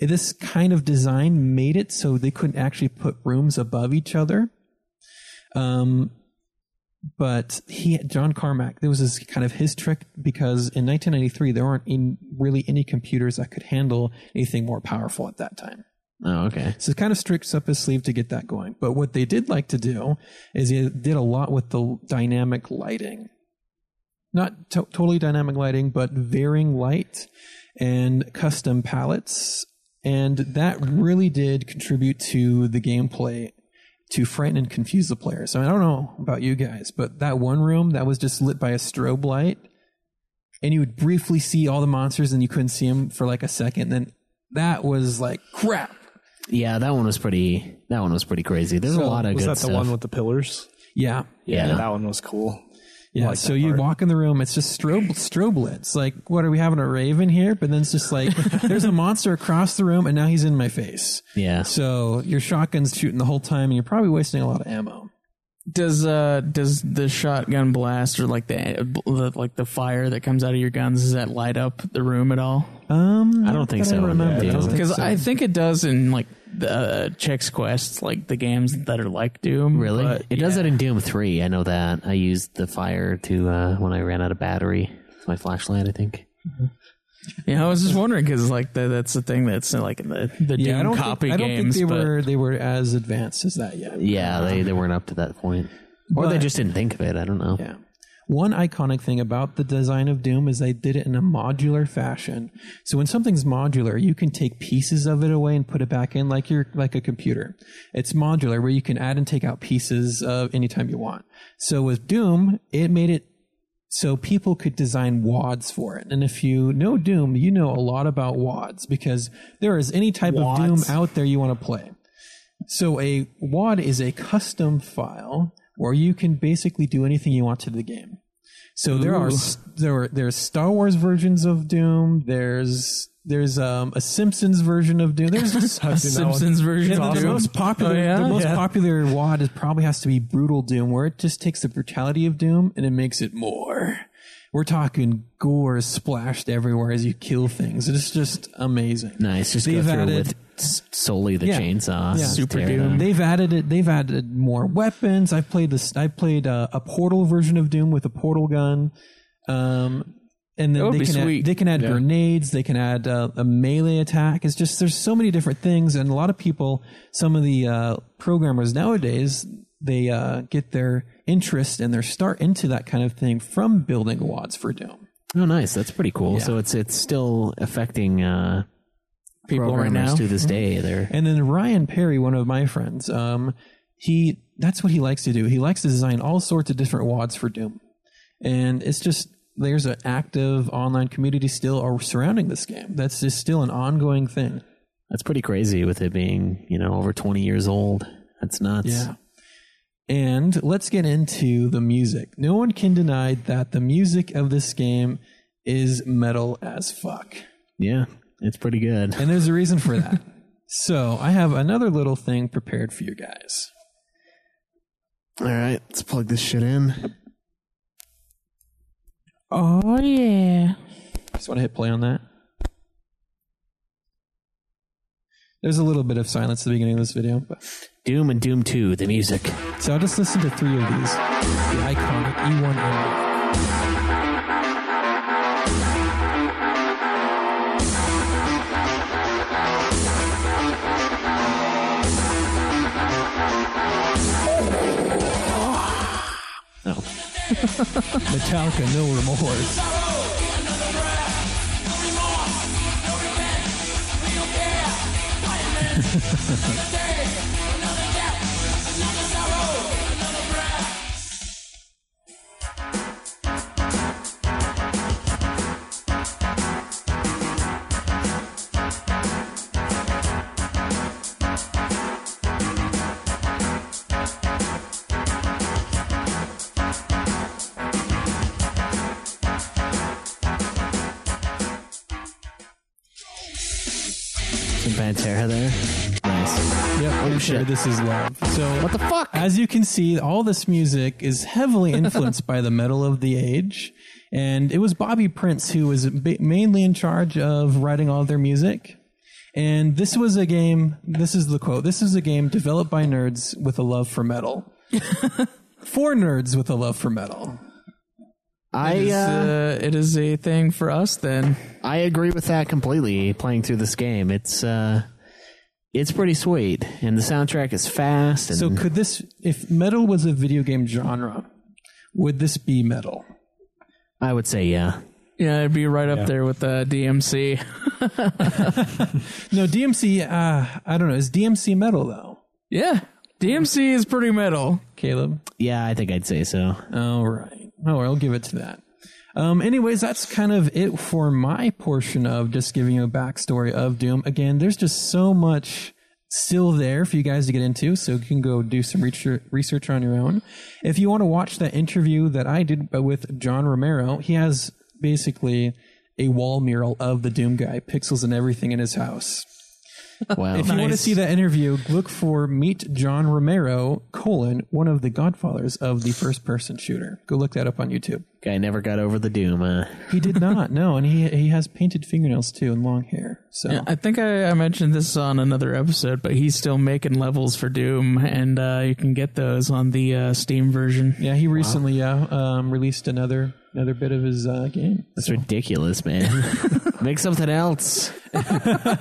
this kind of design made it so they couldn't actually put rooms above each other. Um, but he John Carmack. There was this kind of his trick because in 1993 there weren't in really any computers that could handle anything more powerful at that time.
Oh, okay.
So it kind of stricks up his sleeve to get that going. But what they did like to do is they did a lot with the dynamic lighting, not to- totally dynamic lighting, but varying light and custom palettes, and that really did contribute to the gameplay to frighten and confuse the players. I mean, I don't know about you guys, but that one room that was just lit by a strobe light, and you would briefly see all the monsters, and you couldn't see them for like a second. Then that was like crap.
Yeah, that one was pretty. That one was pretty crazy. There's a lot of
was
good
that
stuff.
the one with the pillars?
Yeah,
yeah,
that one was cool.
Yeah,
like
so
that
you
part.
walk in the room, it's just strobe, strobe lights. Like, what are we having a rave in here? But then it's just like, there's a monster across the room, and now he's in my face.
Yeah.
So your shotgun's shooting the whole time, and you're probably wasting a lot of ammo.
Does uh does the shotgun blast or like the, the like the fire that comes out of your guns does that light up the room at all?
Um,
I don't think so.
I remember.
Yeah,
I
dude.
don't think
Because
so.
I think it does in like the uh, checks quests, like the games that are like Doom.
Really?
but-
it does
yeah.
that in Doom 3. I know that. I used the fire to uh, when I ran out of battery. It's my flashlight, I think.
Yeah, I was just wondering because like the, that's the thing that's in, like in the the
yeah, I
Doom
don't
copy
think, I don't
games.
think they
but
were they were as advanced as that yet.
Yeah, they, they weren't up to that point. Or they
But-
just didn't think of it. I don't know.
Yeah. One iconic thing about the design of Doom is they did it in a modular fashion. So when something's modular, you can take pieces of it away and put it back in like you're like a computer. It's modular where you can add and take out pieces of anytime you want. So with Doom, it made it so people could design wads for it. And if you know Doom, you know a lot about wads because there is any type of Doom out there you want to play. So a WAD is a custom file where you can basically do anything you want to the game. So there are s- there are there's Star Wars versions of Doom. There's there's um, a Simpsons version of Doom. There's just
a Simpsons version.
and
of
the
Doom.
most popular,
Oh, yeah?
the most
Yeah.
popular wad is probably has to be Brutal Doom, where it just takes the brutality of Doom and it makes it more. We're talking gore splashed everywhere as you kill things. It's just amazing.
Nice. Just go
They've
through
added-
with s- solely the
Yeah.
chainsaw.
Yeah.
Super
Super
Doom.
They've added it. They've added more weapons. I've played this. I played uh, a portal version of Doom with a portal gun. Um, and
That
then
would
they
be
can,
sweet.
Add, they can add grenades. They can add uh, a melee attack. It's just there's so many different things, and a lot of people, some of the uh, programmers nowadays, they uh, get their interest and their start into that kind of thing from building wads for Doom.
Oh, nice. That's pretty cool. So it's it's still affecting uh,
people right
programmers
now.
to this day. They're
And then Ryan Perry, one of my friends, um, he that's what he likes to do. He likes to design all sorts of different wads for Doom, and it's just there's an active online community still are surrounding this game. That's just still an ongoing thing.
That's pretty crazy with it being, you know, over 20 years old. That's nuts.
And let's get into the music. No one can deny that the music of this game is metal as fuck.
Yeah, it's pretty good.
And there's a reason for that. so I have another little thing prepared for you guys.
All right, let's plug this shit in.
Oh yeah.
Just want to hit play on that. There's a little bit of silence at the beginning of this video, but
Doom and Doom 2, the music.
so I'll just listen to three of these. The E iconic E1 and
Oh,
Metallica, No Remorse.
some Pantera there. Nice.
Yep, oh,
shit.
This is love. So
What the fuck?
As you can see, all this music is heavily influenced by the metal of the age. And it was Bobby Prince who was ba- mainly in charge of writing all their music. And this was a game, this is the quote this is a game developed by nerds with a love for metal. for nerds with a love for metal.
I uh,
Uh, it is a thing for us then.
I agree with that completely. Playing through this game, it's uh, it's pretty sweet, and the soundtrack is fast. And
So, could this, if metal was a video game genre, would this be metal?
I would say, yeah,
Yeah, it'd be right up there with uh, DMC.
No, DMC, uh, I don't know. Is DMC metal, though?
Yeah. DMC is pretty metal.
Caleb.
Yeah, I think I'd say so.
All right. Oh, I'll give it to that. Um, anyways, that's kind of it for my portion of just giving you a backstory of Doom. Again, there's just so much still there for you guys to get into, so you can go do some research, research on your own. If you want to watch that interview that I did with John Romero, he has basically a wall mural of the Doom guy, pixels and everything in his house.
Wow.
If you want to
Nice.
see that interview, look for Meet John Romero, colon, one of the godfathers of the first person shooter. Go look that up on YouTube.
Guy never got over the doom. Uh,
He did not, no, and he he has painted fingernails too and long hair. So
Yeah, I think I, I mentioned this on another episode, but he's still making levels for Doom, and uh, you can get those on the uh, Steam version.
yeah, he recently yeah, um, released another another bit of his uh, game.
that's ridiculous, man. Make something else.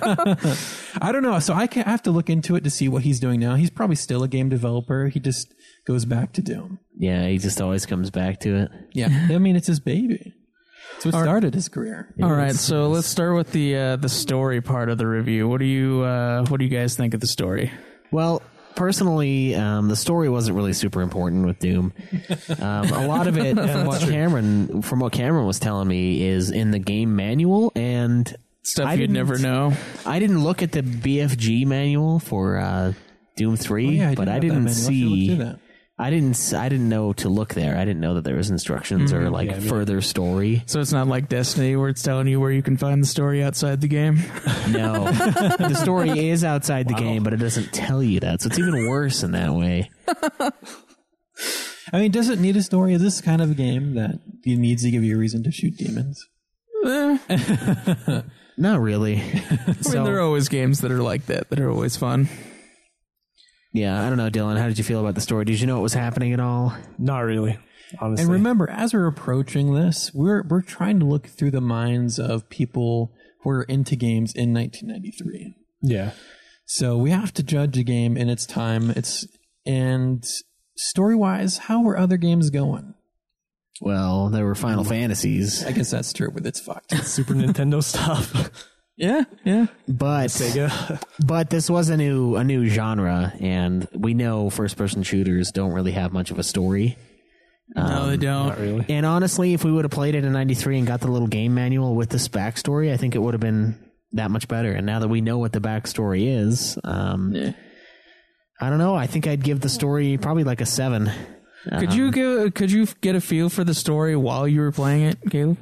I don't know, so I, can, I have to look into it to see what he's doing now. He's probably still a game developer. He just goes back to Doom.
Yeah, he just always comes back to it.
Yeah, I mean it's his baby. It's what started his career.
All right, so let's start with the uh, the story part of the review. What do you uh, What do you guys think of the story?
Well, personally, um, the story wasn't really super important with Doom. Um, a lot of it, from what Cameron, from what Cameron was telling me, is in the game manual and
Stuff
I
you'd
didn't-
never know.
I didn't look at the BFG manual for uh, Doom Three,
yeah,
but
do
I
have that
didn't
manual. I should look
see.
through that.
I didn't. s- I didn't know to look there. I didn't know that there was instructions or like further story.
So it's not like Destiny where it's telling you where you can find the story outside the game.
No, the story is outside the game, but it doesn't tell you that. So it's even worse in that way.
I mean, does it need a story? Is this kind of a game that it needs to give you a reason to shoot demons?
Not really.
I mean, there are always games that are like that that are always fun.
Yeah, I don't know, Dylan. How did you feel about the story? Did you know what was happening at all?
Not really, honestly.
And remember, as we're approaching this, we're we're trying to look through the minds of people who are into games in 1993.
yeah.
So we have to judge a game in its time. It's and story wise, how were other games going?
Well, there were Final Fantasies,
I guess that's true, but it's fucked.
Super Nintendo stuff.
Yeah, yeah.
but
Sega.
but this was a new a new genre, and we know first person shooters don't really have much of a story.
no, they don't.
Not really.
And honestly, if we would have played it in '93 and got the little game manual with this backstory, I think it would have been that much better. And now that we know what the backstory is, um, I don't know. I think I'd give the story probably like a seven.
Could you give, Could you get a feel for the story while you were playing it, Caleb?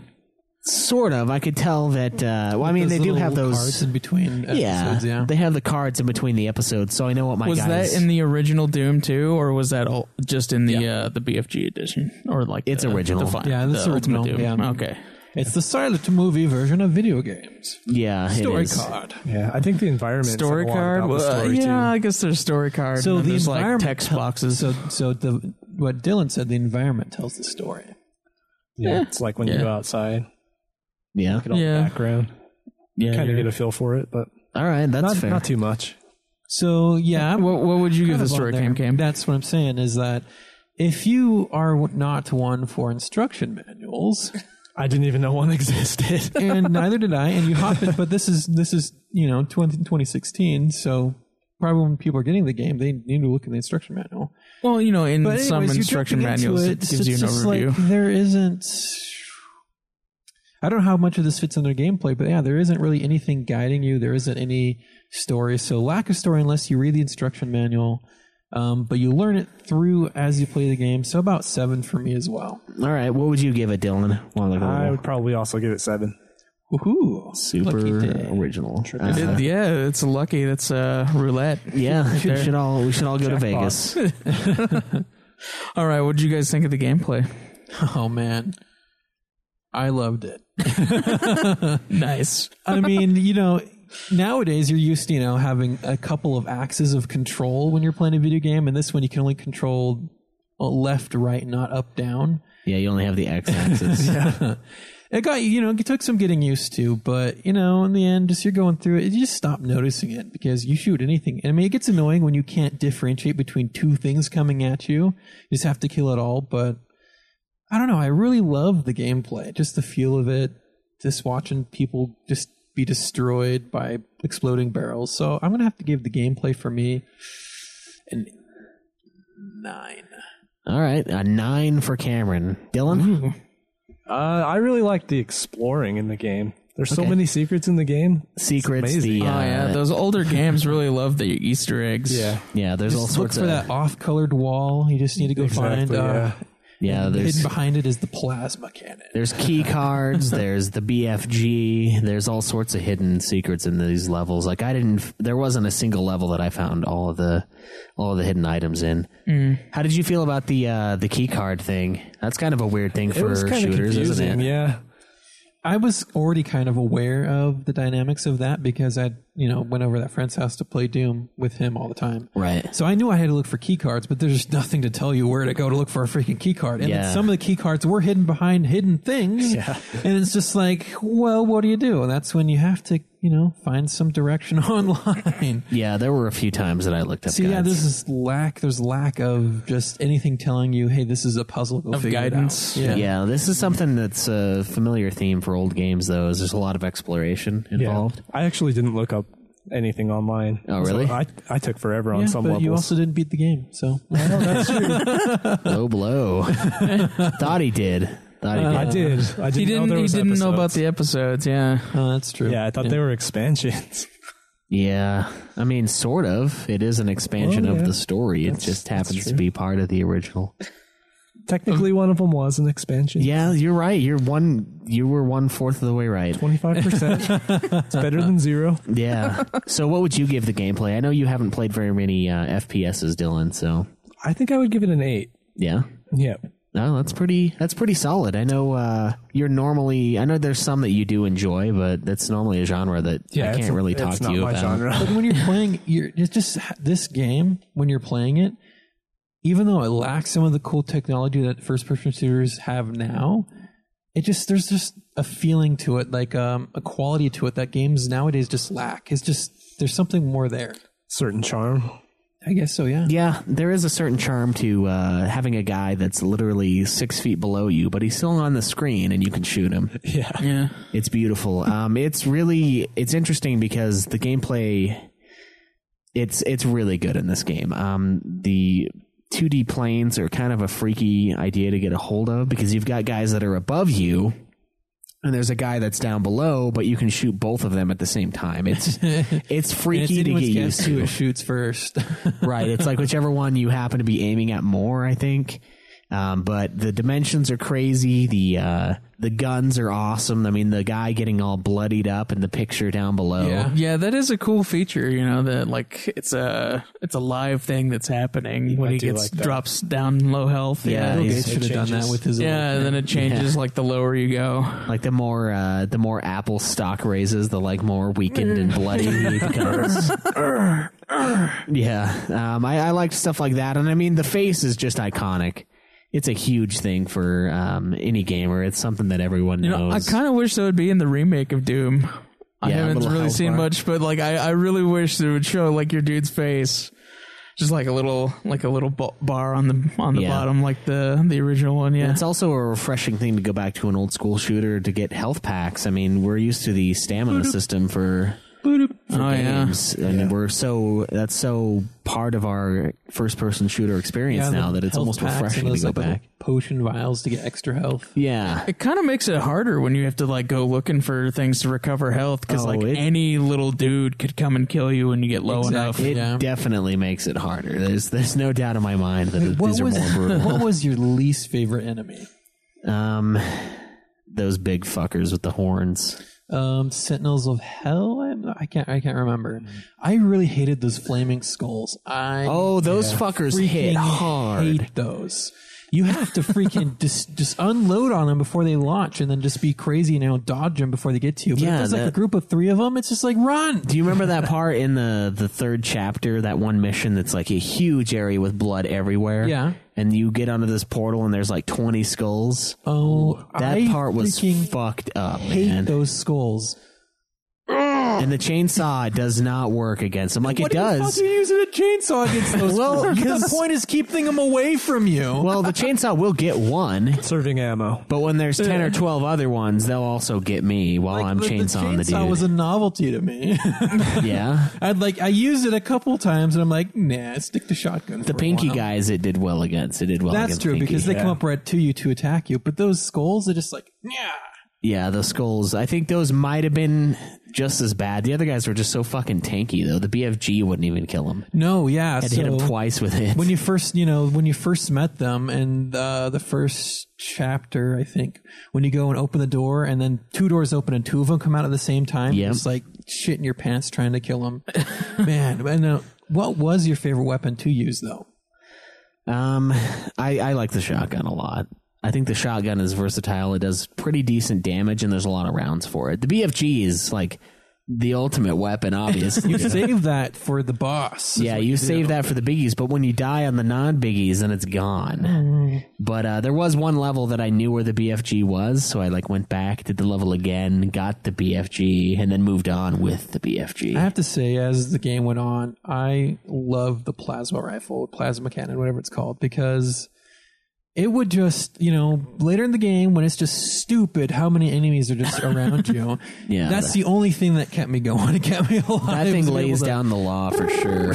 Sort of. I could tell that. Uh, well, I mean,
Those
they do
little
have
cards
those.
in between.
Yeah,
Episodes, yeah.
they have the cards in between the episodes, so I know what my
Was
guys.
that in the original Doom too, or was that all just in the uh, the BFG edition, or like
It's
the,
original.
The fi-
Yeah, that's
the Ultimate
original,
Doom?
yeah.
Okay.
It's the silent movie version of video games.
yeah it
Story
is.
card.
Yeah, I think the environment.
Story card.
About the
Well, uh,
story
yeah,
too.
I guess there's story card.
So
and then
the
there's like
environment
text
tel-
boxes.
So, so the what Dylan said, the environment tells the story.
Yeah, it's like when you
Yeah.
go outside,
Yeah.
get all
Yeah.
the background,
yeah,
kind of
you're-
get a feel for it, but
All right, that's
not
fair.
not too much.
So yeah, I'm
what, what would you give
kind
the
of
story,
on there.
Cam? Cam?
That's what I'm saying is that if you are w- not one for instruction manuals,
I didn't even know one existed.
and neither did I, and you hop in, but this is this is you know 20, 2016, so probably when people are getting the game, they need to look in the instruction manual.
Well, you know, in
But anyways,
some
you're
instruction
jumping into
manuals, it,
it, so
gives you
it's
an
just
overview.
Like, there isn't. I don't know how much of this fits in their gameplay, but yeah, there isn't really anything guiding you. There isn't any story, so lack of story unless you read the instruction manual. Um, but you learn it through as you play the game. So about seven for me as well.
All right, what would you give it, Dylan? Wanna look at
I
it?
would probably also give it seven.
Woohoo! Lucky
super
day.
original. Uh,
It- yeah, it's lucky. That's uh, roulette.
yeah, we
there.
should all we should all go to Vegas.
All right, what did you guys think of the gameplay?
Oh man, I loved it.
Nice.
I mean, you know, nowadays you're used to, you know, having a couple of axes of control when you're playing a video game, and this one you can only control uh, left, right, not up, down.
yeah, you only have the X axis.
It got you, you know, it took some getting used to, but, you know, in the end, just you're going through it, you just stop noticing it because you shoot anything. I mean, it gets annoying when you can't differentiate between two things coming at you. You just have to kill it all, but I don't know. I really love the gameplay, just the feel of it, just watching people just be destroyed by exploding barrels. So I'm gonna have to give the gameplay for me an
nine.
All right, a nine for Cameron. Dylan,
Uh, I really like the exploring in the game. There's so
Okay.
many secrets in the game.
secrets.
amazing.
The uh,
oh yeah, those older games really love the Easter eggs.
yeah, there's all
Just look
sorts
for
of
that off-colored wall. You just need to go find.
Exactly,
Uh,
yeah.
Hidden
There's
behind it is the plasma cannon.
there's key cards. there's the BFG. There's all sorts of hidden secrets in these levels. Like I didn't. f- There wasn't a single level that I found all of the all of the hidden items in.
Mm.
How did you feel about the uh, the key card thing? That's kind of a weird thing
It
for
was kind of
shooters,
confusing.
isn't it?
Yeah.
I was already kind of aware of the dynamics of that because I, you know, went over to that friend's house to play Doom with him all the time.
Right.
So I knew I had to look for key cards, but there's just nothing to tell you where to go to look for a freaking key card. And
Yeah.
then some of the key cards were hidden behind hidden things. And it's just like, well, what do you do? And that's when you have to, you know, find some direction online.
Yeah, there were a few times that I looked up.
See, yeah,
guides.
this is lack. There's lack of just anything telling you, hey, this is a puzzle. Go
Of
figure it out.
guidance.
Yeah.
Yeah, this is something that's a familiar theme for old games, though. Is there's a lot of exploration involved?
I actually didn't look up anything online.
Oh, really?
So I, I took forever on
Yeah,
some
but
levels.
you also didn't beat the game, so
Low Oh, blow. Thought he did. Thought he did.
I did. I didn't
He
Know
didn't.
there
he
was
didn't know
episodes.
about the episodes. Yeah.
Oh,
uh, that's true.
Yeah, I thought they were expansions.
Yeah, I mean, sort of. It is an expansion
Well,
of
yeah.
the story. It
That's-
just
that's
happens to
true.
be part of the original.
Technically, one of them was an expansion.
Yeah, you're right. You're one. You were one fourth of the way right.
twenty-five percent. It's better than zero.
Yeah. so, what would you give the gameplay? I know you haven't played very many uh, FPSs, Dylan. So,
I think I would give it an eight.
yeah.
Yeah,
No, that's pretty. That's pretty solid. I know uh, you're normally. I know there's some that you do enjoy, but that's normally a genre that I
it's
can't
a-
really
it's
talk to
not
you
my
about.
Genre.
But when you're playing, you're it's just this game. When you're playing it, even though it lacks some of the cool technology that first-person shooters have now, it just there's just a feeling to it, like um, a quality to it that games nowadays just lack. It's just there's something more there.
Certain charm.
I guess so. Yeah.
Yeah, there is a certain charm to uh, having a guy that's literally six feet below you, but he's still on the screen and you can shoot him.
Yeah.
It's beautiful. Um, it's really it's interesting because the gameplay it's it's really good in this game. Um, the 2D planes are kind of a freaky idea to get a hold of because you've got guys that are above you and there's a guy that's down below, but you can shoot both of them at the same time. It's it's
And it's
freaky to
anyone's
get used
guess
to.
who it shoots first.
Right. It's like whichever one you happen to be aiming at more, I think. Um, but the dimensions are crazy. The uh, the guns are awesome. I mean, the guy getting all bloodied up in the picture down below.
Yeah.
Yeah, that is a cool feature, you know, that like it's a it's a live thing that's happening when
I
he
do
gets
like that.
drops down low health.
Yeah,
Bill
he's-
Gates should have done that
changes.
with his.
Yeah, and then it changes like the lower you go.
Like the more uh, the more Apple stock raises, the like more weakened and bloody he becomes. yeah, um, I, I liked stuff like that, and I mean the face is just iconic. It's a huge thing for um, any gamer. It's something that everyone
You know, I
knows.
kind of wish that would be in the remake of Doom. I
Yeah, a
haven't
little
really
health
seen
bar.
much, but like I, I really wish they would show like your dude's face, just like a little like a little bu- bar on the on the
Yeah.
bottom, like the the original one. Yeah,
It's also a refreshing thing to go back to an old school shooter to get health packs. I mean, we're used to the stamina system for, for
Oh, yeah.
games, and we're so that's so part of our first person shooter experience
Yeah,
now
the
that it's
health
almost
packs and
refreshing to
those,
go
like, little
back.
Potion vials to get extra health.
Yeah,
It kind of makes it harder when you have to like go looking for things to recover health because
Oh,
like
it-
any little dude could come and kill you when you get low
Exactly.
it
enough.
Yeah.
definitely makes it harder. There's there's no doubt in my mind that it,
What
these are
was,
more brutal.
what was your least favorite enemy?
um, those big fuckers with the horns.
Um, Sentinels of Hell. I'm not- I can't. I can't remember.
Mm-hmm.
I really hated those flaming skulls. I
Oh, those fuckers
freaking
hit hard.
hate those. You have to freaking just just unload on them before they launch, and then just be crazy and you know, dodge them before they get to you. But
Yeah,
if there's like
that-
a group of three of them, it's just like run.
Do you remember that part in the the third chapter? That one mission that's like a huge area with blood everywhere.
Yeah.
and you get onto this portal and there's like twenty skulls.
Oh,
That
I
part was
freaking
fucked up,
hate
man.
those skulls.
and the chainsaw does not work against him. Like it does.
What are you using a chainsaw against those?
Well,
creatures? the
'cause-
point is keeping them away from you.
well, the chainsaw will get one,
Serving ammo.
but when there's ten or twelve other ones, they'll also get me while
Like,
I'm
the,
chainsawing
the
the,
chainsaw
dude.
was a novelty to me.
yeah,
I'd like I used it a couple times, and I'm like, nah, stick to shotgun.
the pinky guys it did well against. It did well.
That's
against
true
pinky.
because they come up right to you to attack you, but those skulls are just like, yeah.
Yeah, the skulls. I think those might have been just as bad. The other guys were just so fucking tanky though. The BFG wouldn't even kill him.
No, yeah.
I'd hit him
so-
twice with it.
when you first you know when you first met them and uh, the first chapter i think when you go and open the door and then two doors open and two of them come out at the same time
Yep.
it's like shit in your pants trying to kill them man and, uh, what was your favorite weapon to use though
Um, I, I like the shotgun a lot. I think the shotgun is versatile. It does pretty decent damage, and there's a lot of rounds for it. The BFG is like the ultimate weapon, obviously.
you save that for the boss is
yeah,
what
you
do.
save that for the biggies, but when you die on the non biggies, then it's gone.
Mm.
But uh, there was one level that I knew where the BFG was, so I like went back, did the level again, got the BFG, and then moved on with the BFG.
I have to say, as the game went on, I love the plasma rifle, plasma cannon, whatever it's called, because it would just, you know, later in the game when it's just stupid how many enemies are just around you.
Yeah.
That's the only thing that kept me going. It kept me alive.
that thing
was able
lays
to-
down the law for sure.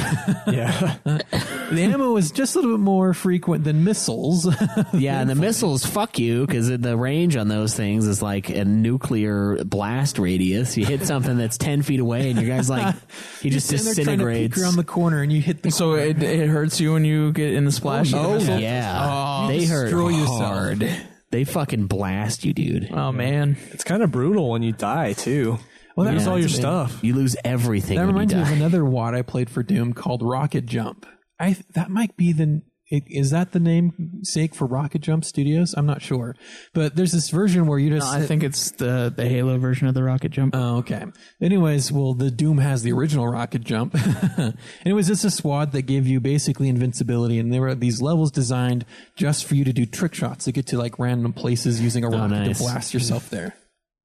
The ammo was just a little bit more frequent than missiles.
Yeah, and the missiles fuck you because the range on those things is like a nuclear blast radius. You hit something that's ten feet away, and your guy's like, he just
And they're trying to peek
disintegrates.
around the corner and you hit the
So it, it hurts you when you get in the splash.
Oh,
missile?
yeah.
yeah,
You
they hurt
destroy yourself.
hard. They fucking blast you, dude.
Oh, man.
It's kind of brutal when you die, too. Well,
that
that was all your
reminds me-
stuff.
You lose everything.
Oh. That
when
reminds
you
me
die.
of another WAD I played for Doom called Rocket Jump. I th- that might be the i- is that the namesake for Rocket Jump Studios? I'm not sure, but there's this version where you just
I think it's the, the Halo version of the rocket jump.
Oh, okay. Anyways, well, the Doom has the original rocket jump. and it was just a SWAT that gave you basically invincibility, and there were these levels designed just for you to do trick shots to get to like random places using a rocket
nice.
to blast yourself there.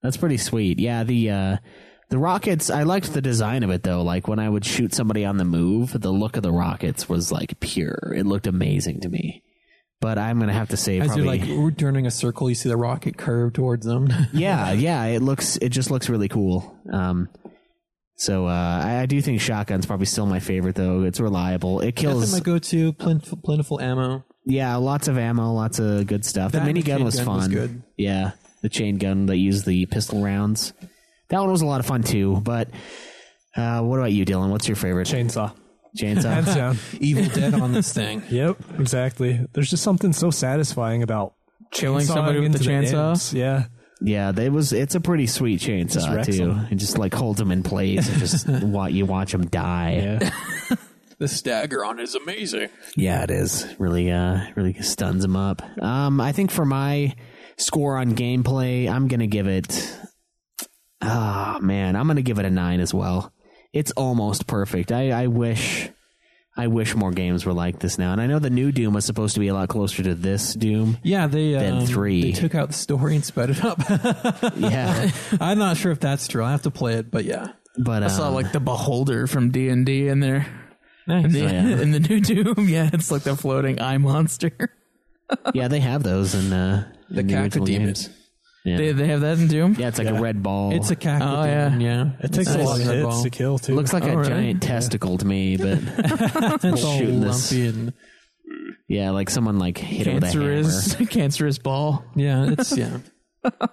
That's pretty sweet. Yeah, the uh the rockets I liked the design of it though. Like when I would shoot somebody on the move, the look of the rockets was like pure. It looked amazing to me. But I'm gonna have to say
As
probably
you're like turning a circle, you see the rocket curve towards them.
Yeah, yeah, it looks it just looks really cool. Um so uh I, I do think shotgun's probably still my favorite though. It's reliable. It
That's
kills
my go-to plentiful, plentiful ammo.
yeah, lots of ammo, lots of good stuff.
That
the
and the
minigun
chain
was
gun
fun.
was good.
Yeah, the chain gun that used the pistol rounds. That one was a lot of fun too. But uh, what about you, Dylan? What's your favorite
Chainsaw. Hands
chainsaw?
down.
Evil Dead on this thing.
Yep, exactly. There's just something so satisfying about
Killing somebody with the chainsaw?
chainsaw. Yeah.
yeah, they was. It's a pretty sweet chainsaw
wrecks
too.
them.
It just like holds them in place and just wa you watch them die.
Yeah.
The stagger on it is amazing.
Yeah, it is really, uh, really stuns them up. Um, I think for my score on gameplay, I'm gonna give it. Ah, man, I'm gonna give it a nine as well. It's almost perfect. I, I wish, I wish more games were like this now. And I know the new Doom was supposed to be a lot closer to this Doom.
Yeah, they
Then
um,
three.
They took out the story and sped it up.
Yeah,
I'm not sure if that's true. I have to play it, but yeah.
but um,
I saw like the beholder from D and D in there.
Nice.
In the,
yeah.
in the new Doom, yeah, it's like the floating eye monster.
yeah, they have those in uh,
The
in the original
Caca Demon.
games. Yeah.
They, they have that in Doom.
yeah, it's like a red ball.
It's a cacodemon,
Oh, yeah.
yeah.
It takes a lot of hits to kill, too.
looks like a
really?
giant testicle to me, but
It's all
shooting this.
lumpy and
yeah, like someone like hit it with a hammer.
Cancerous, cancerous ball.
yeah, it's yeah.
All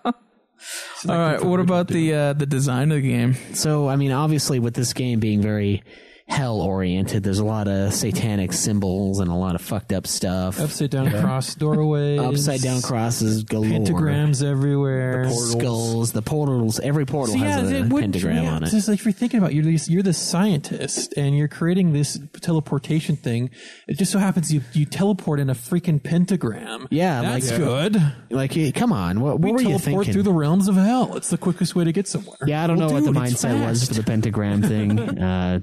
right, what about the uh, the design of the game?
So, I mean, obviously, with this game being very hell oriented, there's a lot of satanic symbols and a lot of fucked up stuff.
Upside down cross doorways,
Upside down crosses galore.
pentagrams everywhere.
Skulls, the portals, every portal
See,
has a
it would-
pentagram
yeah,
on
it's
it.
Just like if you're thinking about, it, you're this, you're the scientist and you're creating this teleportation thing. It just so happens you you teleport in a freaking pentagram.
Yeah,
that's
like-
good.
Like, hey, come on, what,
We
what were you
teleport
thinking?
through the realms of hell. It's the quickest way to get somewhere.
yeah, I don't know
Well,
what the
dude, it's
mindset was
fast.
for the pentagram thing. uh,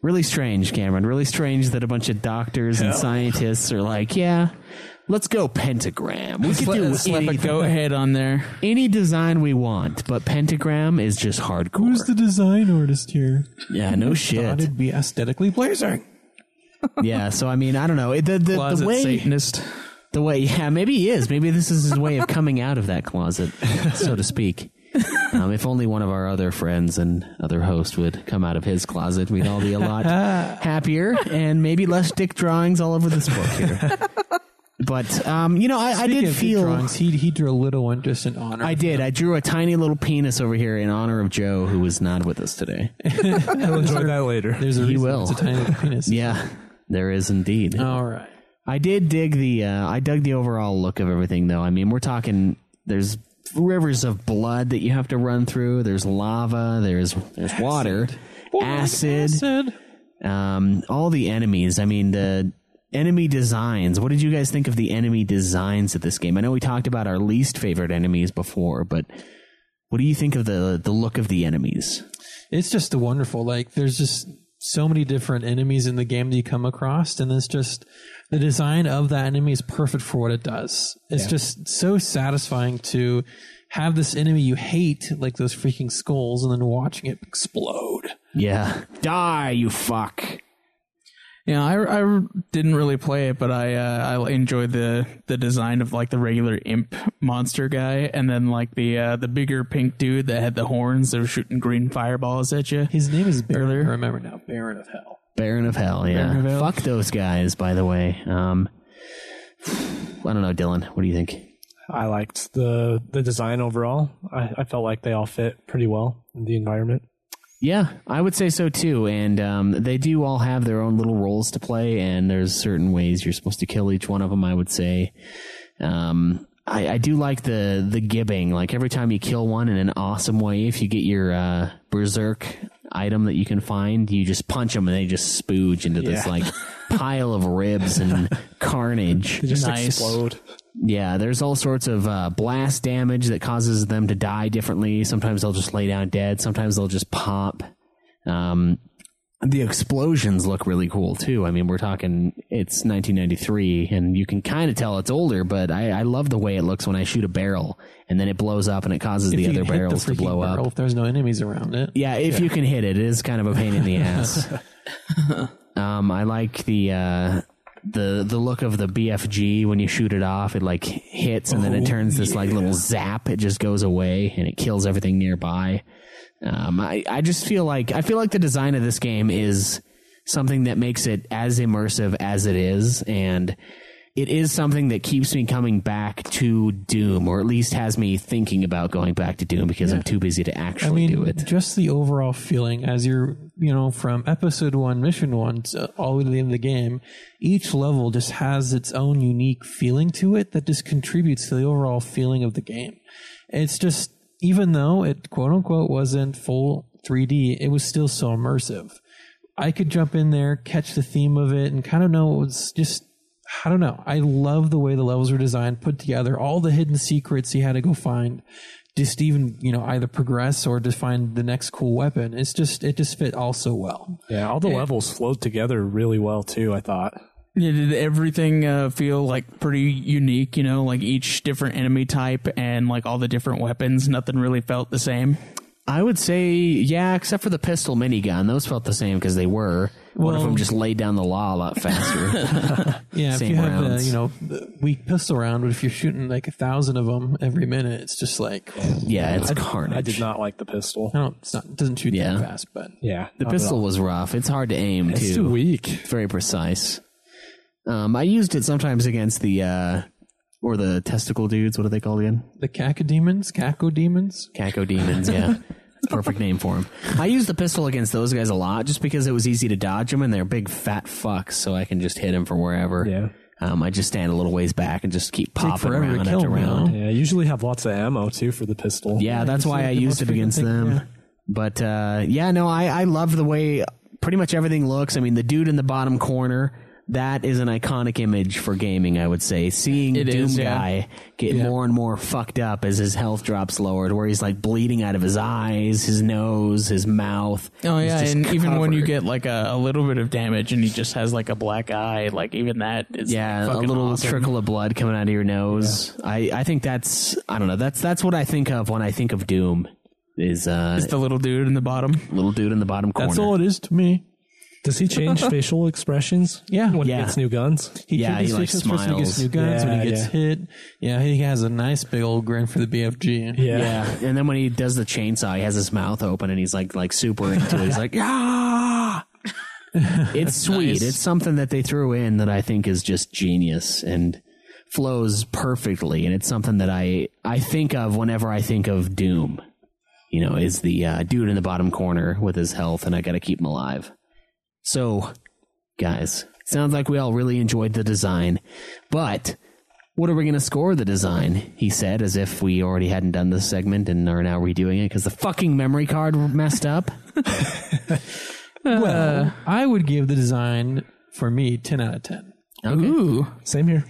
really strange, Cameron. Really strange that a bunch of doctors and scientists are like, yeah, let's go pentagram. We could do
slap a
any,
goat head on there.
any design we want, but pentagram is just hardcore.
Who's the design artist here?
yeah, no
Thought
shit.
it'd be aesthetically pleasing.
yeah, so I mean, I don't know. It- The, the, the
Closet
way
Satanist.
the way yeah, maybe he is. Maybe this is his way of coming out of that closet, so to speak. Um, if only one of our other friends and other host would come out of his closet, we'd all be a lot happier and maybe less dick drawings all over this book here. But um, you know, I, I
Speaking
did
of good
feel
drawings, he he drew a little one just in honor.
I did. I drew a tiny little penis over here in honor of Joe, who was not with us today.
I'll enjoy that later.
There's a
He
reason
will.
It's a tiny little penis.
Yeah, there is indeed.
All right.
I did dig the. Uh, I dug the overall look of everything, though. I mean, we're talking. There's rivers of blood that you have to run through. There's lava. There's there's water, acid.
Acid.
Um, all the enemies. I mean, the enemy designs. What did you guys think of the enemy designs of this game? I know we talked about our least favorite enemies before, but what do you think of the the look of the enemies?
It's just a wonderful. Like there's just so many different enemies in the game that you come across, and it's just the design of that enemy is perfect for what it does. It's just so satisfying to have this enemy you hate, like those freaking skulls, and then watching it explode.
Yeah, die, you fuck.
Yeah, I, I didn't really play it, but I uh, I enjoyed the the design of like the regular imp monster guy, and then like the uh, the bigger pink dude that had the horns that were shooting green fireballs at you.
His name is Baron.
Earlier.
I remember now, Baron of Hell.
Baron of Hell, yeah.
Baron of Hell.
Fuck those guys, by the way. Um, I don't know, Dylan. What do you think?
I liked the the design overall. I, I felt like they all fit pretty well in the environment.
Yeah, I would say so too. And um, they do all have their own little roles to play, and there's certain ways you're supposed to kill each one of them. I would say. Um, I, I do like the the gibbing. Like every time you kill one in an awesome way, if you get your uh, berserk item that you can find, you just punch them and they just spooge into this like pile of ribs and carnage.
Just
Nice.
explode.
Yeah, there's all sorts of uh, blast damage that causes them to die differently. Sometimes they'll just lay down dead. Sometimes they'll just pop. Um, the explosions look really cool too. I mean, we're talking it's 1993, and you can kind of tell it's older, but I, I love the way it looks when I shoot a barrel and then it blows up and it causes the
If you
other
hit the
barrels to
freaking
blow
barrel,
up.
If there's no enemies around it,
Yeah, if you can hit it, it is kind of a pain in the ass. um, I like the uh, the the look of the BFG when you shoot it off. It like hits and then
Oh,
it turns this like little zap. It just goes away and it kills everything nearby. Um, I I just feel like I feel like the design of this game is something that makes it as immersive as it is and it is something that keeps me coming back to Doom, or at least has me thinking about going back to Doom because I'm too busy to
I
actually
mean,
do it.
just the overall feeling as you're, you know, from episode one, mission one, to all the way to the end of the game, each level just has its own unique feeling to it that just contributes to the overall feeling of the game. It's just, even though it quote unquote wasn't full 3D, it was still so immersive. I could jump in there, catch the theme of it, and kind of know it was just. I don't know. I love the way the levels were designed, put together, all the hidden secrets you had to go find, just even you know either progress or to find the next cool weapon. It's just it just fit all so well.
Yeah, all the levels flowed together really well too. I thought.
Yeah, did everything uh, feel like pretty unique? You know, like each different enemy type and like all the different weapons, nothing really felt the same.
I would say, yeah, except for the pistol minigun. Those felt the same because they were. One of
Well-
them just laid down the law a lot faster.
Yeah,
Same
if you have the
rounds.
you know the weak pistol round, but if you're shooting like a thousand of them every minute, it's just like
yeah, it's
I
carnage.
did not like the pistol.
I don't. It's not it doesn't shoot
Yeah.
that fast, but
Yeah,
the pistol was rough. It's hard to aim
It's
too.
too weak.
Very precise. Um, I used it sometimes against the uh, or the testicle dudes. What are they called again?
the caca demons, caco demons.
Caco demons. Yeah. That's a Perfect name for them. I used the pistol against those guys a lot just because it was easy to dodge them and they're big fat fucks, so I can just hit them from wherever.
Yeah.
Um, I just stand a little ways back and just keep popping
forever to
round
kill
after
'em, you
round.
know?
Yeah, I usually have lots of ammo too for the pistol.
Yeah, that's
it's
why
like
I
the
used
most
it
frequent
against
thing,
them.
yeah.
But uh, yeah, no, I, I love the way pretty much everything looks. I mean, the dude in the bottom corner that is an iconic image for gaming, I would say. Seeing
It
Doom
is, yeah.
Guy get more and more fucked up as his health drops lower, to where he's like bleeding out of his eyes, his nose, his mouth.
Oh
He's
yeah,
just
and even when you
covered.
get like a, a little bit of damage and he just has like a black eye, like even that is
yeah, a
fucking
little
awesome.
trickle of blood coming out of your nose. I, I think that's I don't know. That's that's what I think of when I think of Doom. Is uh
It's the little dude in the bottom.
little dude in the bottom corner?
That's all it is to me.
Does he change facial expressions?
Yeah.
When
Yeah.
he gets new guns?
He
Yeah,
changes
he, like,
facial expressions when he gets
smiles.
new guns when
Yeah,
he gets
yeah.
hit. Yeah, he has a nice big old grin for the BFG.
Yeah.
Yeah, and then when he does the chainsaw, he has his mouth open and he's like like super into it. He's like, ah. It's sweet. It's something that they threw in that I think is just genius and flows perfectly. And it's something that I I think of whenever I think of Doom. You know, is the uh, dude in the bottom corner with his health, and I got to keep him alive. So, guys, sounds like we all really enjoyed the design, but what are we going to score the design? He said, as if we already hadn't done this segment and are now redoing it because the fucking memory card messed up.
Well, I would give the design for me ten out of ten.
Ooh,
Same here.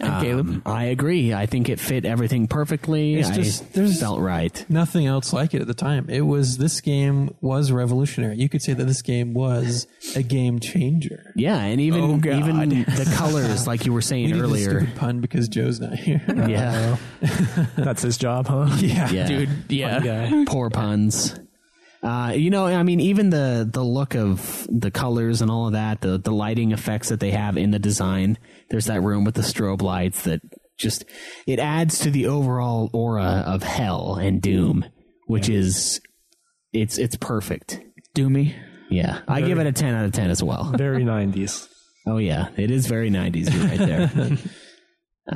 and Caleb.
Um, I agree. I think it fit everything perfectly.
It's
I
just- there's-
felt right.
Nothing else like it at the time. It was this game was revolutionary. You could say that this game was a game changer.
Yeah, and even
Oh, God.
even the colors, like you were saying
We need a
earlier.
stupid pun because Joe's not here.
Yeah,
That's his job, huh?
yeah.
yeah,
Dude, yeah.
poor puns. Uh, you know, I mean, even the the look of the colors and all of that, the the lighting effects that they have in the design. There's that room with the strobe lights that just it adds to the overall aura of hell and doom, which is it's it's perfect.
Doomy.
Yeah, I give it a ten out of ten as well.
Very 90s.
Oh yeah, it is very '90s You're right there.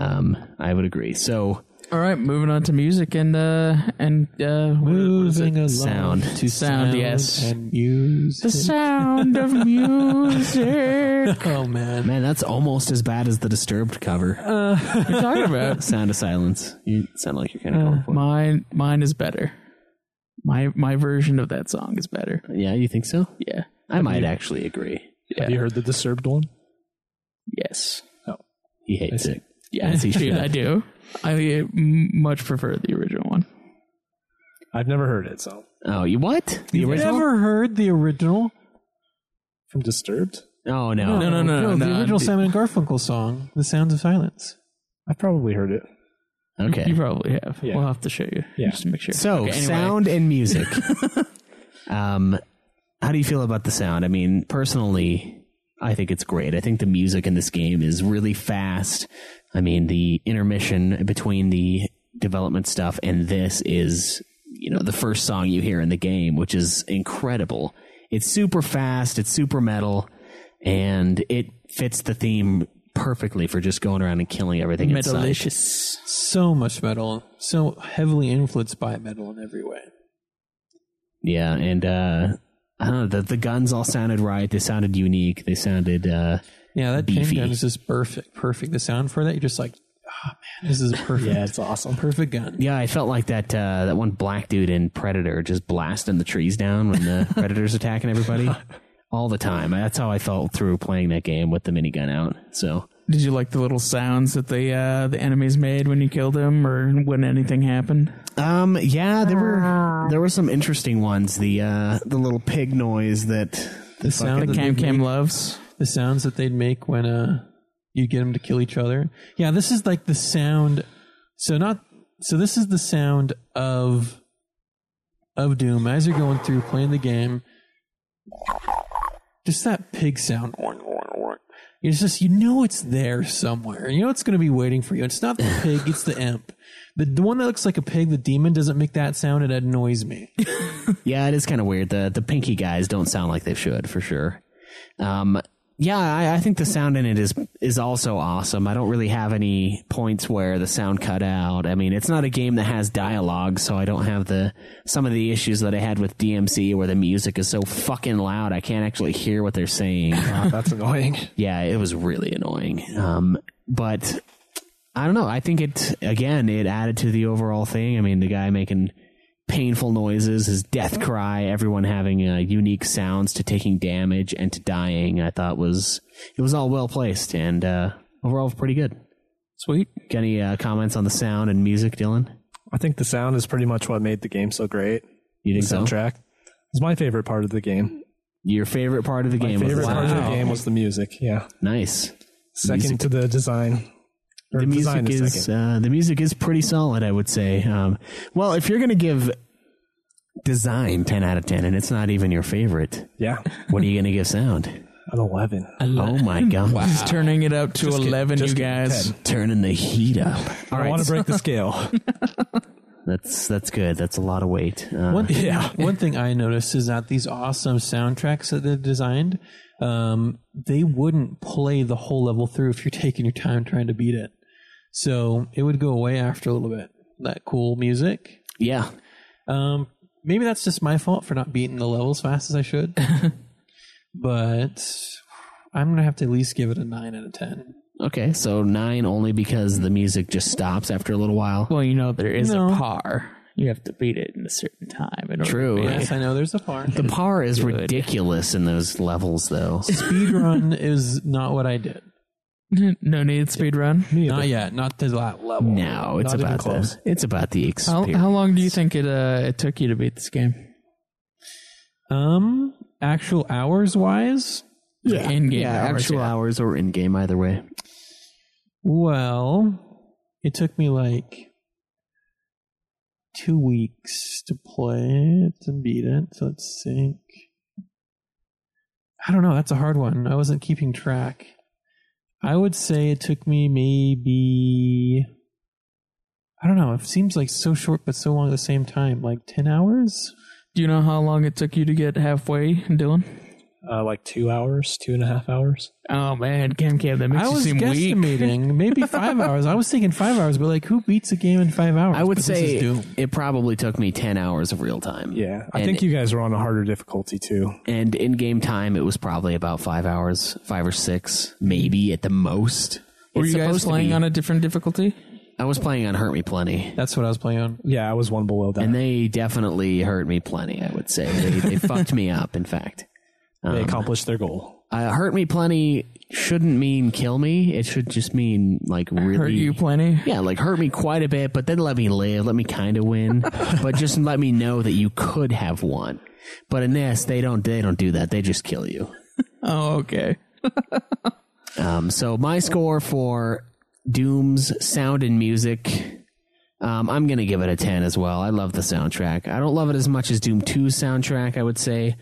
um, I would agree. So
All right, moving on to music and uh and uh what- what is it?
Moving along
Sound.
to
Sound, yes.
and music.
the sound of music.
oh man,
man, that's almost as bad as the Disturbed cover.
What are you Uh, talking about?
Sound of Silence. You sound like you're kind of going for. it.
Mine mine is better. My my version of that song is better.
Yeah, you think so?
Yeah.
I might actually agree.
yeah.
Have you heard the disturbed one?
Yes.
He hates it.
Yeah,
As he
dude,
should.
I do. I uh, m- much prefer the original one.
I've never heard it, so.
Oh, you what? The
you've
original?
never heard the original?
From Disturbed?
Oh no.
No, no, no, no,
the
no,
original
dude.
Simon and Garfunkel song, "The Sounds of Silence."
I've probably heard it.
Okay.
You probably have.
Yeah.
We'll have to show you
Yeah.
just to make sure.
so
Okay, anyway.
sound and music. um, how do you feel about the sound? I mean, personally, I think it's great. I think the music in this game is really fast. I mean, the intermission between the development stuff and this is, you know, the first song you hear in the game, which is incredible. It's super fast. It's super metal, and it fits the theme perfectly for just going around and killing everything. in sight.
Metalicious.
So much metal, so heavily influenced by metal in every way.
Yeah, and uh I don't know, the the guns all sounded right. They sounded unique. They sounded uh
Yeah, that chain
Beefy.
gun is just perfect. Perfect. The sound for that, you're just like, oh man, this is perfect.
Yeah, it's awesome.
perfect gun.
yeah, I felt like that uh that one black dude in Predator just blasting the trees down when the Predator's attacking everybody. All the time. That's how I felt through playing that game with the minigun out. So
Did you like the little sounds that the uh, the enemies made when you killed them, or when anything happened?
Um. Yeah, there were there were some interesting ones. The uh, the little pig noise that
The sound
The
that
Cam
they'd
Cam
make-
loves.
the sounds that they'd make when uh you get them to kill each other. Yeah, this is like the sound. So not so this is the sound of of doom as you're going through playing the game. Just that pig sound. It's just you know it's there somewhere. You know it's going to be waiting for you. It's not the pig, it's the imp. The, the one that looks like a pig, the demon doesn't make that sound. It annoys me.
Yeah, it is kind of weird. The the pinky guys don't sound like they should for sure. Um, yeah, I, I think the sound in it is is also awesome. I don't really have any points where the sound cut out. I mean, it's not a game that has dialogue, so I don't have the some of the issues that I had with DMC where the music is so fucking loud I can't actually hear what they're saying.
that's annoying.
yeah, it was really annoying. Um, but I don't know. I think it again it added to the overall thing. I mean, the guy making painful noises, his death cry, everyone having uh, unique sounds to taking damage and to dying. I thought was it was all well placed and uh, overall pretty good.
Sweet.
Got any uh, comments on the sound and music, Dylan?
I think the sound is pretty much what made the game so great.
You
The
think so?
soundtrack is my favorite part of the game.
Your favorite part of the game
my
was
favorite
the
part of
sound.
the game was the music. Yeah,
Nice.
second to the design. Or
the music
design is
is
second.
uh, the music is pretty solid, I would say. Um, well, if you're going to give design ten out of ten, and it's not even your favorite,
yeah,
what are you going to give sound?
an eleven.
Oh my god!
He's turning it up to 11, you guys.
Turning the heat up. All
I
right,
want to break the scale.
that's that's good. That's a lot of weight. Uh,
One, yeah. One thing I noticed is that these awesome soundtracks that they designed, um, they wouldn't play the whole level through if you're taking your time trying to beat it. So it would go away after a little bit. That cool music.
Yeah,
Um, maybe that's just my fault for not beating the level as fast as I should. but I'm gonna have to at least give it a nine out of ten.
Okay, so nine only because the music just stops after a little while.
Well, you know, there is
No.
a par. You have to beat it in a certain time. In order to
True.
beat it.
Yes, I know there's a par.
The par is ridiculous in those levels, though.
speed run is not what I did.
No need speed run.
Not yet. Not to that level.
No, it's
Not even
about
close.
the it's about the
How,
experience.
how long do you think it uh, it took you to beat this game?
Um, actual hours wise,
Yeah, in game
yeah,
hours,
actual
yeah.
hours or in game, either way.
well, it took me like two weeks to play it and beat it. So let's think. I don't know. That's a hard one. I wasn't keeping track. I would say it took me maybe. I don't know. It seems like so short, but so long at the same time. Like 10 hours?
Do you know how long it took you to get halfway, Dylan?
Uh, like two hours, two and a half hours.
Oh man, Cam Cam, that makes
I
you
was
seem weak.
guesstimating maybe five hours. I was thinking five hours, but like, who beats a game in five hours?
I would
But this
say
is Doom.
it probably took me ten hours of real time.
Yeah, I
And-
think you guys were on a harder difficulty too.
and in game time, it was probably about five hours, five or six, maybe at the most.
Were
It's
you guys
supposed to
playing
be-
on a different difficulty?
I was playing on Hurt Me Plenty.
that's what I was playing on.
Yeah, I was one below that.
And they definitely hurt me plenty, I would say. They, they fucked me up, in fact. um,
they accomplished their goal.
Uh, hurt me plenty shouldn't mean kill me. It should just mean, like, really.
Hurt you plenty?
Yeah, like, hurt me quite a bit, but then let me live, let me kind of win, but just let me know that you could have won. But in this, they don't, they don't do that. They just kill you.
Oh, okay.
Um, so my score for Doom's sound and music, um, I'm gonna give it a ten as well. I love the soundtrack. I don't love it as much as Doom 2's soundtrack, I would say,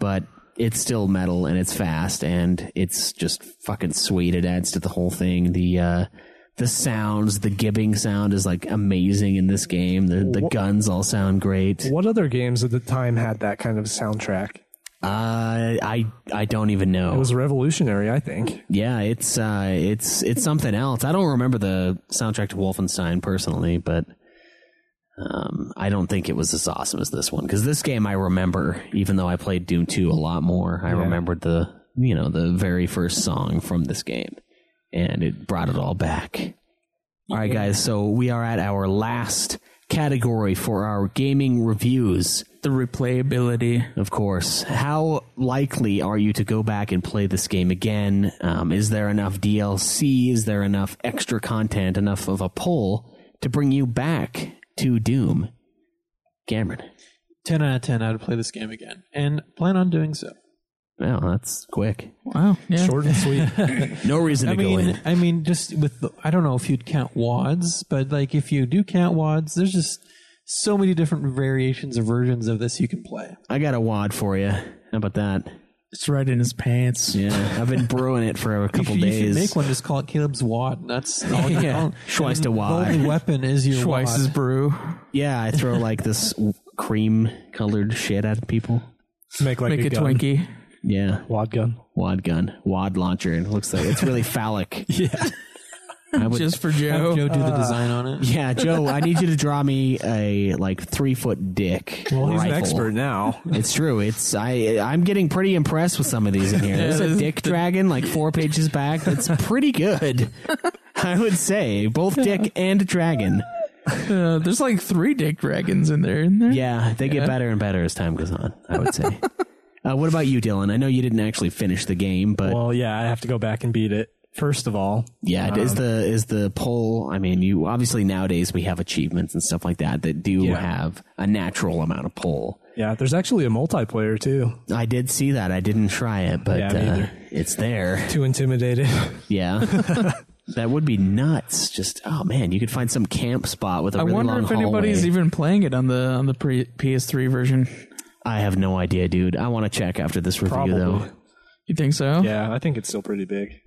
but it's still metal and it's fast and it's just fucking sweet. It adds to the whole thing. The uh, the sounds, the gibbing sound is like amazing in this game. The the guns all sound great.
What other games at the time had that kind of soundtrack?
Uh, I I don't even know.
It was revolutionary, I think.
Yeah, it's uh, it's it's something else. I don't remember the soundtrack to Wolfenstein personally, but um, I don't think it was as awesome as this one because this game I remember, even though I played Doom Two a lot more, I remembered the you know the very first song from this game, and it brought it all back. All right, guys, so we are at our last category for our gaming reviews.
The replayability.
Of course. How likely are you to go back and play this game again? Um, is there enough DLC? Is there enough extra content? Enough of a pull to bring you back to Doom? Cameron.
Ten out of ten. I'd play this game again, and plan on doing so.
Well, that's quick.
Wow. Yeah.
Short and sweet.
No reason to
I
go
mean,
in.
I mean, just with the, I don't know if you'd count wads, but like if you do count wads, there's just so many different variations or versions of this you can play.
I got a wad for you. How about that?
It's right in his pants.
Yeah, I've been brewing it for a
You
couple
should, you should
days.
make one. Just call it Caleb's wad. and That's all you
Yeah.
own.
Schweiss to
And
wad.
The only weapon is your
Schweiss's
wad.
brew.
Yeah, I throw like this cream colored shit at people.
Make like
Make
a,
a
gun.
Twinkie.
Yeah,
Wad gun.
wad gun, wad launcher. It looks like it's really phallic. yeah, I would,
Just for Joe.
Joe do the design on it.
Yeah, Joe, I need you to draw me a like three foot dick.
Well, he's
rifle.
an expert now.
It's true. It's I. I'm getting pretty impressed with some of these in here. There's a dick dragon like four pages back. That's pretty good. I would say both dick and dragon.
Uh, there's like three dick dragons in there, isn't there?
Yeah, they get better and better as time goes on. I would say. uh, what about you, Dylan? I know you didn't actually finish the game, but
Well, yeah, I have to go back and beat it. First of all,
yeah, it
um,
is the is the poll? I mean, you obviously nowadays we have achievements and stuff like that that do
Yeah.
have a natural amount of poll.
yeah, there's actually a multiplayer too.
I did see that. I didn't try it, but
Yeah, me
uh,
either.
it's there.
Too intimidated.
Yeah. that would be nuts. Just oh man, you could find some camp spot with a
I
really
wonder
long
if anybody's
hallway.
even playing it on the on the pre- PS3 version.
I have no idea, dude. I want to check after this review though.
Probably.
You think so?
Yeah, I think it's still pretty big.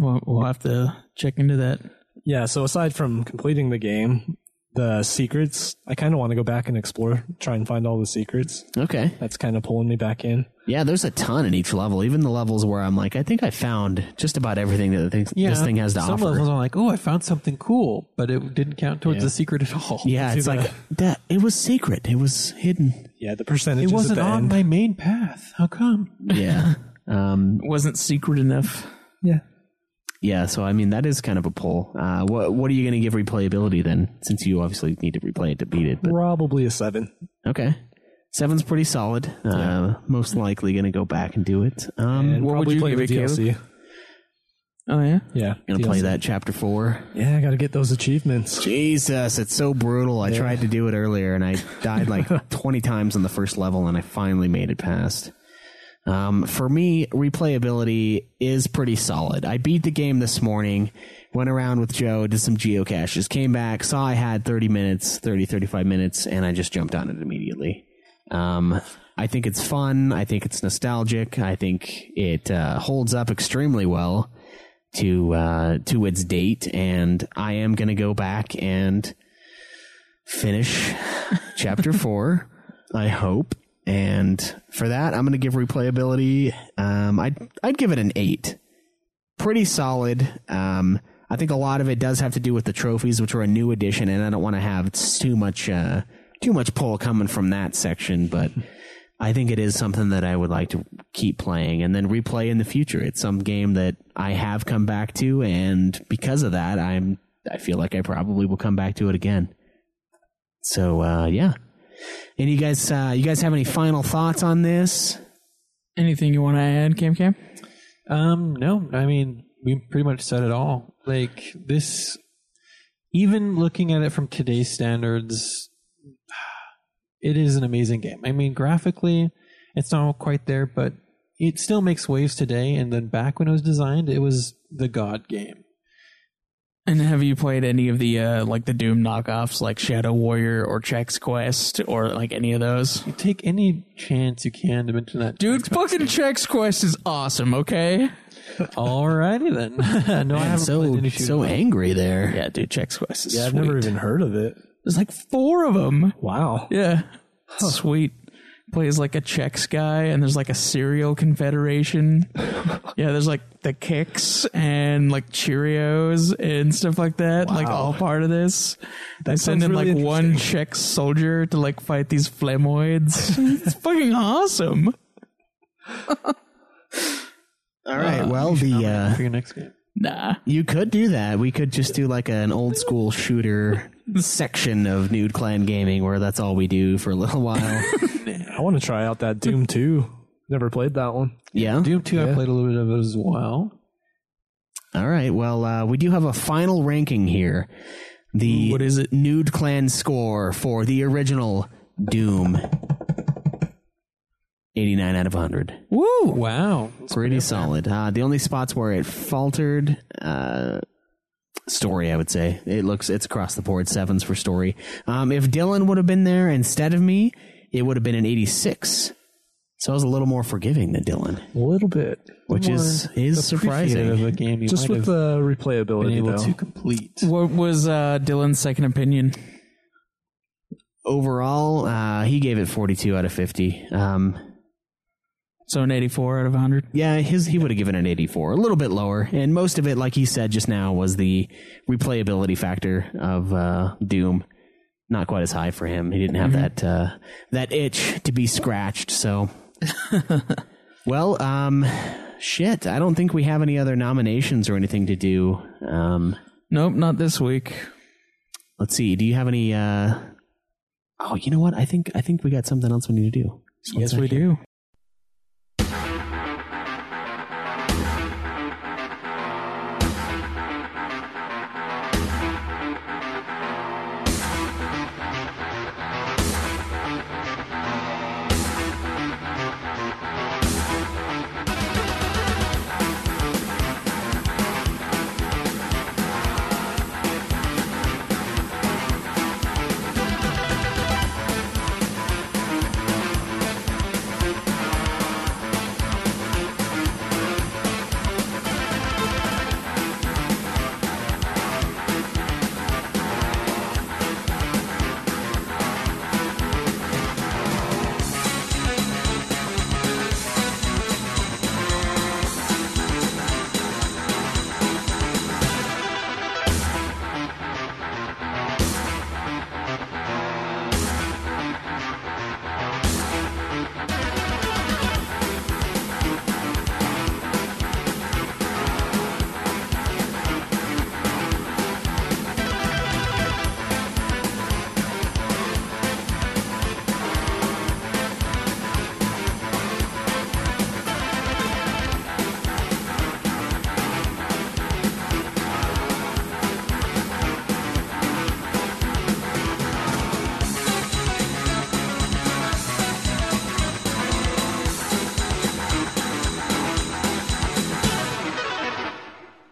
We'll, we'll have to check into that.
Yeah, so aside from completing the game, the secrets, I kind of want to go back and explore, try and find all the secrets.
Okay.
That's kind of pulling me back in.
Yeah, there's a ton in each level. Even the levels where I'm like, I think I found just about everything that thi- this thing has to
Some
offer.
levels are like, oh, I found something cool, but it didn't count towards the secret at all.
yeah, it's like that. It was secret. It was hidden.
Yeah, the percentages
It wasn't
at the
on
end.
my main path. How come?
Yeah. um,
It wasn't secret enough.
Yeah.
yeah. So I mean, that is kind of a pull. Uh, what What are you going to give replayability then? Since you obviously need to replay it to beat it. But
Probably a seven.
okay, seven's pretty solid. Uh, Most likely going to go back and do it. Um,
And
what would
probably
you
play
give
the
it, Caleb?
DLC.
Oh yeah.
Yeah,
Gonna play that chapter four.
Yeah, I got to get those achievements.
Jesus, it's so brutal. I tried to do it earlier and I died like 20 times on the first level and I finally made it past. Um, for me, replayability is pretty solid. I beat the game this morning, went around with Joe, did some geocaches, came back, saw I had 30 minutes, 30, 35 minutes, and I just jumped on it immediately. Um, I think it's fun. I think it's nostalgic. I think it uh, holds up extremely well to uh, to its date, and I am going to go back and finish chapter four. I hope, and for that, I'm going to give replayability. Um, I'd I'd give it an eight. Pretty solid. Um, I think a lot of it does have to do with the trophies, which are a new addition, and I don't want to have too much uh, too much pull coming from that section, but. I think it is something that I would like to keep playing and then replay in the future. It's some game that I have come back to, and because of that, I'm I feel like I probably will come back to it again. So uh, yeah, and you guys, uh, you guys have any final thoughts on this?
Anything you want to add, Cam Cam?
Um, no, I mean, we pretty much said it all. Like this, even looking at it from today's standards, it is an amazing game. I mean, graphically, it's not all quite there, but it still makes waves today. And then back when it was designed, it was the god game.
And have you played any of the uh, like the Doom knockoffs, like Shadow Warrior or Chex Quest or like any of those?
You take any chance you can to mention that.
Dude, fucking Chex Quest is awesome. Okay.
Alrighty then. no, I haven't played
So
any shooters.
so angry there.
Yeah, dude, Chex Quest is
Yeah, I've
sweet.
never even heard of it.
There's like four of them.
Wow.
Yeah. Sweet. Plays like a Czechs guy, and there's like a serial confederation. yeah, there's like the kicks and like Cheerios and stuff like that. Like all part of this. they send
sounds
in
really
like one Czech soldier to like fight these flamoids. it's fucking awesome.
All right. well, the uh,
for your next game.
Nah.
you could do that. We could just do like an old school shooter section of Nude Clan Gaming, where that's all we do for a little while.
I want to try out that Doom 2. Never played that one.
yeah.
Doom 2, I played a little bit of it as well.
All right. Well, uh, we do have a final ranking here. The what is it? Nude Clan score for the original Doom. Eighty-nine out of hundred.
Woo! Wow.
Pretty solid. Uh, the only spots where it faltered, uh, story. I would say it looks it's across the board sevens for story. Um, if Dylan would have been there instead of me, it would have been an eighty-six. So I was a little more forgiving than Dylan,
A little bit.
which is is
Appreciative
surprising.
Of a game you
Just
might
with
have
the
been
replayability,
able
though.
to complete.
What was uh, Dylan's second opinion?
overall, uh, he gave it 42 out of 50. Um,
So an 84 out of 100?
yeah, his he would have given it 84, a little bit lower. And most of it, like he said just now, was the replayability factor of uh, Doom. Not quite as high for him. He didn't have
Mm-hmm.
that uh, that itch to be scratched. So, well, um, shit. I don't think we have any other nominations or anything to do. Um,
Nope, not this week.
Let's see. Do you have any? uh Oh, you know what? I think I think we got something else we need to do. Just one
Yes, we
second.
do.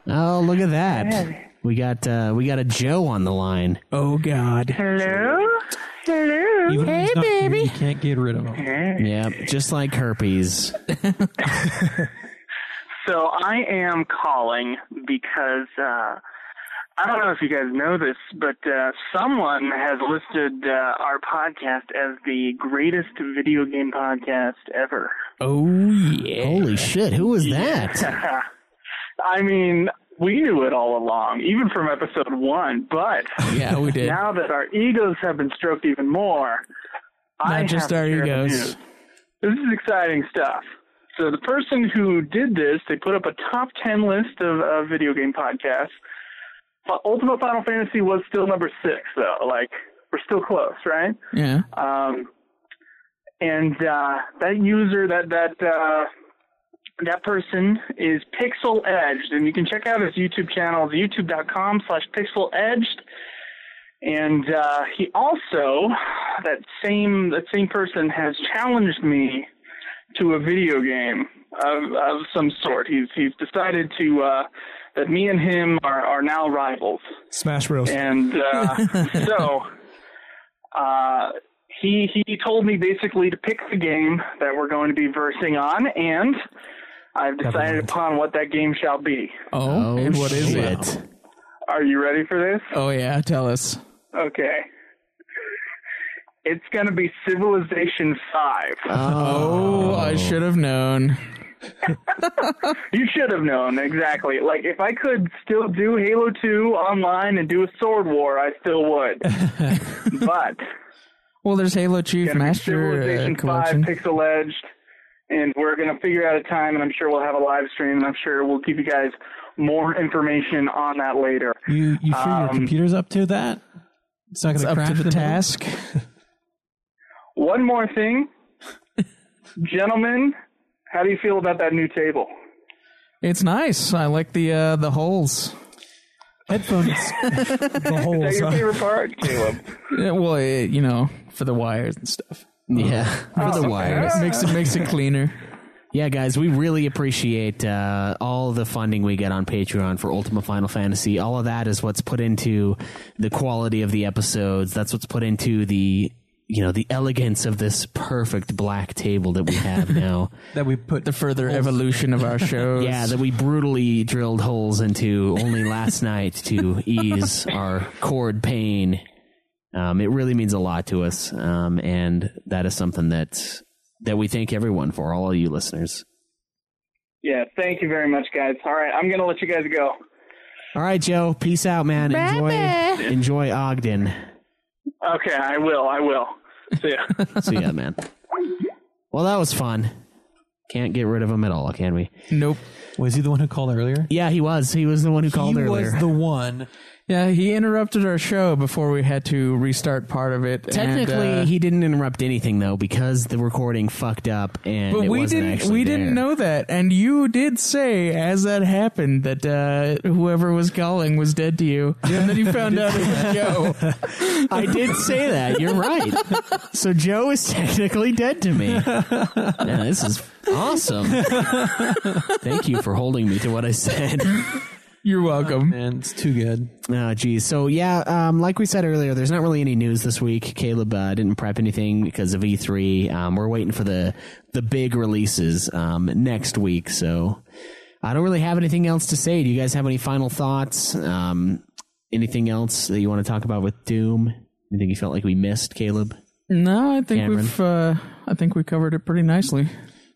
Oh, look at that. We got uh we got a Joe on the line.
Oh God.
Hello? Hello?
Even hey, he's not baby. Here, you can't get rid of him.
Yeah, just like herpes.
So I am calling because uh, I don't know if you guys know this, but uh, someone has listed uh, our podcast as the greatest video game podcast ever.
Oh yeah.
Holy shit! Who was that?
I mean, we knew it all along, even from episode one. But
Yeah, we did.
now that our egos have been stroked even more, I
Not just
have to
our
share the
egos.
news. This is exciting stuff. So the person who did this, they put up a top ten list of, of video game podcasts. But Ultimate Final Fantasy was still number six, though. Like we're still close, right?
yeah.
Um, and uh, that user, that that uh, that person is Pixel Edged, and you can check out his YouTube channel, it's youtube.com/slash Pixel Edged. And uh, he also, that same that same person has challenged me to a video game of of some sort. He's he's decided to uh, that me and him are are now rivals.
Smash Bros.
And uh, so uh, he he told me basically to pick the game that we're going to be versing on, and I've decided upon what that game shall be.
Oh, and what is it?
Are you ready for this?
Oh yeah, tell us.
Okay. It's going to be Civilization 5.
Oh, I should have known.
You should have known, exactly. Like, if I could still do Halo 2 online and do a sword war, I still would. but
Well, there's Halo Chief
gonna be
Master uh,
Civilization Five,
Collection.
Pixel Edged, and we're gonna figure out a time, and I'm sure we'll have a live stream, and I'm sure we'll give you guys more information on that later.
You, you sure your
Um,
computer's up to that? It's not going
Up
crash
to the
tonight?
task.
One more thing, gentlemen, how do you feel about that new table?
It's nice. I like the uh, the holes.
Headphones.
The whole
Is that your favorite part, Caleb?
Yeah, well, it, you know, for the wires and stuff.
Yeah, for the wires.
makes it makes it cleaner.
Yeah, guys, we really appreciate uh, all the funding we get on Patreon for Ultima Final Fantasy. All of that is what's put into the quality of the episodes. That's what's put into the you know the elegance of this perfect black table that we have now.
that we put
The further evolution of our shows.
yeah, that we brutally drilled holes into only last night to ease our cord pain. Um, it really means a lot to us, um, and that is something that that we thank everyone for. All of you listeners.
Yeah, thank you very much, guys. All right, I'm gonna let you guys go.
All right, Joe. Peace out, man. Enjoy, enjoy Ogden.
Okay, I will. I will. See ya.
See ya, man. Well, that was fun. Can't get rid of him at all, can we?
Nope.
Was he the one who called earlier?
Yeah, he was. He was the one who called
he
earlier.
was the one
Yeah, he interrupted our show before we had to restart part of it. and,
Technically,
uh,
he didn't interrupt anything though because the recording fucked up and
but
it
we
wasn't
didn't.
actually
We didn't
there.
know that, and you did say as that happened that uh, whoever was calling was dead to you, and then you found out it was Joe.
I did say that. You're right. So Joe is technically dead to me. Man, this is awesome. Thank you for holding me to what I said.
You're welcome.
Man, it's too good.
Oh, geez. So, yeah, um, like we said earlier, there's not really any news this week. Caleb uh, didn't prep anything because of E3. Um, we're waiting for the the big releases um, next week. So, I don't really have anything else to say. Do you guys have any final thoughts? Um, anything else that you want to talk about with Doom? Anything you felt like we missed, Caleb?
No, I think
Cameron.
we've. Uh, I think we covered it pretty nicely.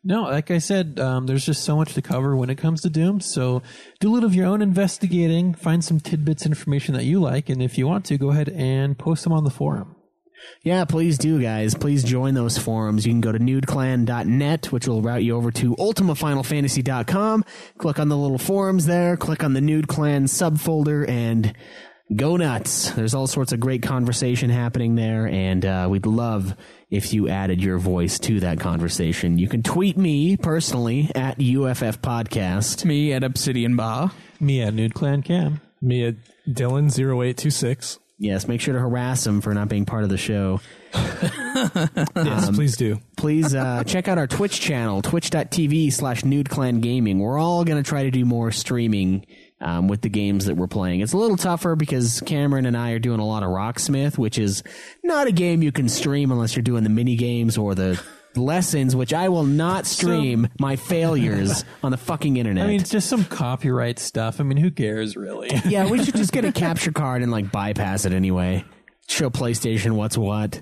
No, like I said, um, there's just so much to cover when it comes to Doom. So do a little of your own investigating, find some tidbits of information that you like, and if you want to, go ahead and post them on the forum.
Yeah, please do, guys. Please join those forums. You can go to nudeclan.net, which will route you over to ultimafinalfantasy.com. Click on the little forums there, click on the Nude Clan subfolder, and go nuts. There's all sorts of great conversation happening there, and uh, we'd love if you added your voice to that conversation. You can tweet me personally at UFF Podcast.
Me at Obsidian Bah.
Me at Nude Clan Cam.
Me at Dylan0826.
Yes, make sure to harass him for not being part of the show.
Yes, please do.
please uh, check out our Twitch channel, twitch.tv slash nudeclangaming. We're all going to try to do more streaming um, with the games that we're playing. It's a little tougher because Cameron and I are doing a lot of Rocksmith, which is not a game you can stream unless you're doing the mini games or the lessons, which I will not stream my failures on the fucking internet.
I mean, it's just some copyright stuff. I mean, who cares, really?
yeah, we should just get a capture card and like bypass it anyway. Show PlayStation what's what.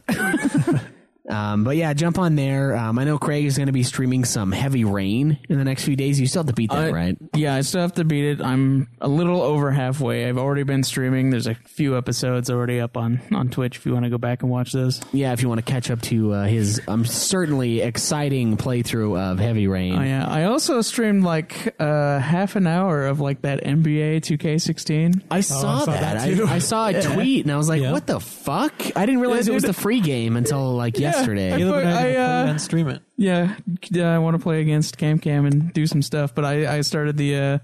um, but yeah, jump on there. Um, I know Craig is going to be streaming some Heavy Rain in the next few days. You still have to beat that,
I-
right?
Yeah, I still have to beat it. I'm a little over halfway. I've already been streaming. There's a few episodes already up on on Twitch. If you want to go back and watch those,
Yeah, if you want to catch up to uh, his um, certainly exciting playthrough of Heavy Rain.
I uh, I also streamed like uh, half an hour of like that NBA 2K16.
I saw,
saw
that.
that too.
I, I saw a tweet and I was like,
Yeah.
what the fuck? I didn't realize
Yeah,
it was
dude.
the free game until like yesterday.
Caleb and I, are gonna
I, uh,
play it and stream it.
Yeah, yeah, I want to play against Cam Cam and do some stuff. But I, I started the uh,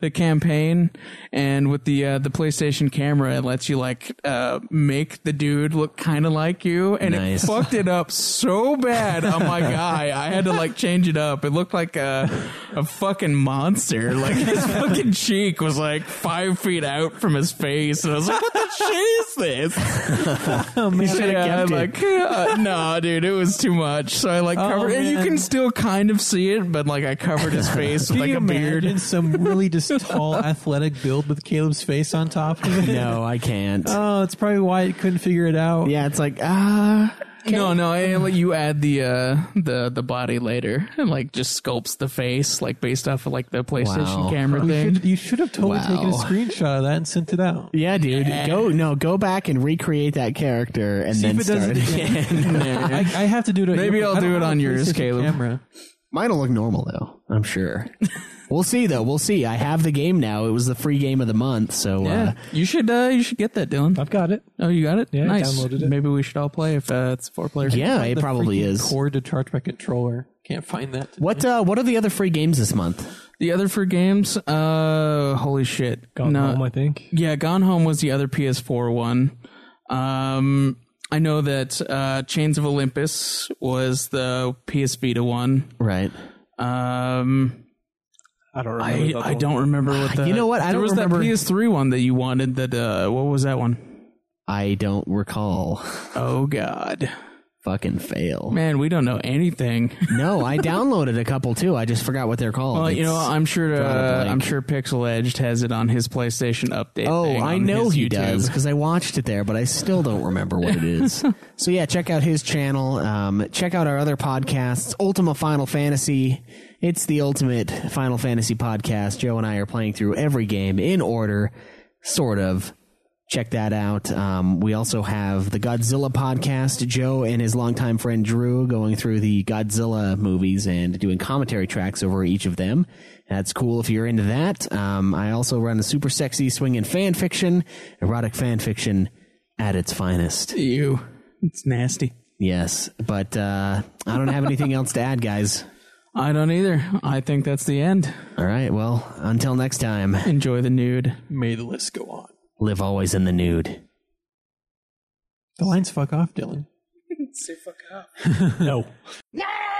the campaign, and with the uh, the PlayStation camera, it lets you like uh, make the dude look kind of like you, and
Nice.
it fucked it up so bad on my guy. I had to like change it up. It looked like a a fucking monster. Like his fucking cheek was like five feet out from his face, and I was like, "What the shit is this?"
You should've
Yeah,
kept it.
like uh, no, dude, it was too much. So I like
Oh,
covered. and you
man.
can still kind of see it, but like I covered his face
Can
with like
you
a beard.
imagine some really just tall, athletic build with Caleb's face on top of it?
no, I can't.
Oh, that's probably why it couldn't figure it out.
yeah, it's like, ah.
No, no, I, like, you add the uh, the the body later, and like just sculpts the face like based off of like the PlayStation
Wow.
camera
You
thing.
should, you should have totally
Wow.
taken a screenshot of that and sent it out.
Yeah, dude. Go no, go back and recreate that character and
See
then
if it does
start
it
again.
I, I have to do it. on
Maybe
your- I
I'll do
don't
it
have
on
a
yours,
PlayStation
Caleb.
Camera.
Mine'll look normal though, I'm sure. we'll see though. We'll see. I have the game now. It was the free game of the month, so
Yeah,
uh,
you should uh, you should get that, Dylan.
I've got it.
Oh, you got it.
I
nice.
downloaded it.
Maybe we should all play if uh, it's four players.
yeah, it
The
probably
freaking
is.
Cord to charge my controller. Can't find that. today.
What uh, what are the other free games this month?
The other four games, uh, holy shit,
Gone
No.
home, I think.
Yeah, Gone Home was the other PS4 one. Um, I know that uh, Chains of Olympus was the PS Vita one.
Right.
Um,
I don't remember.
I,
the other
I
one.
don't remember what the
Ah, You know what? I
there
don't
was
remember-
that PS3 one that you wanted. That uh, what was that one?
I don't recall.
Oh God,
Fucking fail.
man, we don't know anything.
No, I downloaded a couple too. I just forgot what they're called.
well, you know,
It's-
I'm sure
drawn a
uh,
blank.
I'm sure Pixel Edged has it on his PlayStation update.
Oh,
thing
I
on
know
his
he
YouTube.
does because I watched it there, but I still don't remember what it is. so yeah, check out his channel. Um, check out our other podcasts, Ultima Final Fantasy. It's the ultimate Final Fantasy podcast. Joe and I are playing through every game in order, sort of. check that out. Um, we also have the Godzilla podcast. Joe and his longtime friend Drew going through the Godzilla movies and doing commentary tracks over each of them. That's cool if you're into that. Um, I also run a super sexy swinging fan fiction, erotic fan fiction at its finest.
Ew. It's nasty.
Yes, but uh, I don't have anything else to add, guys.
I don't either. I think that's the end.
All right, well, until next time,
Enjoy the nude.
May the list go on.
live always in the nude.
The lines fuck off, Dylan.
Say fuck up.
No.
No!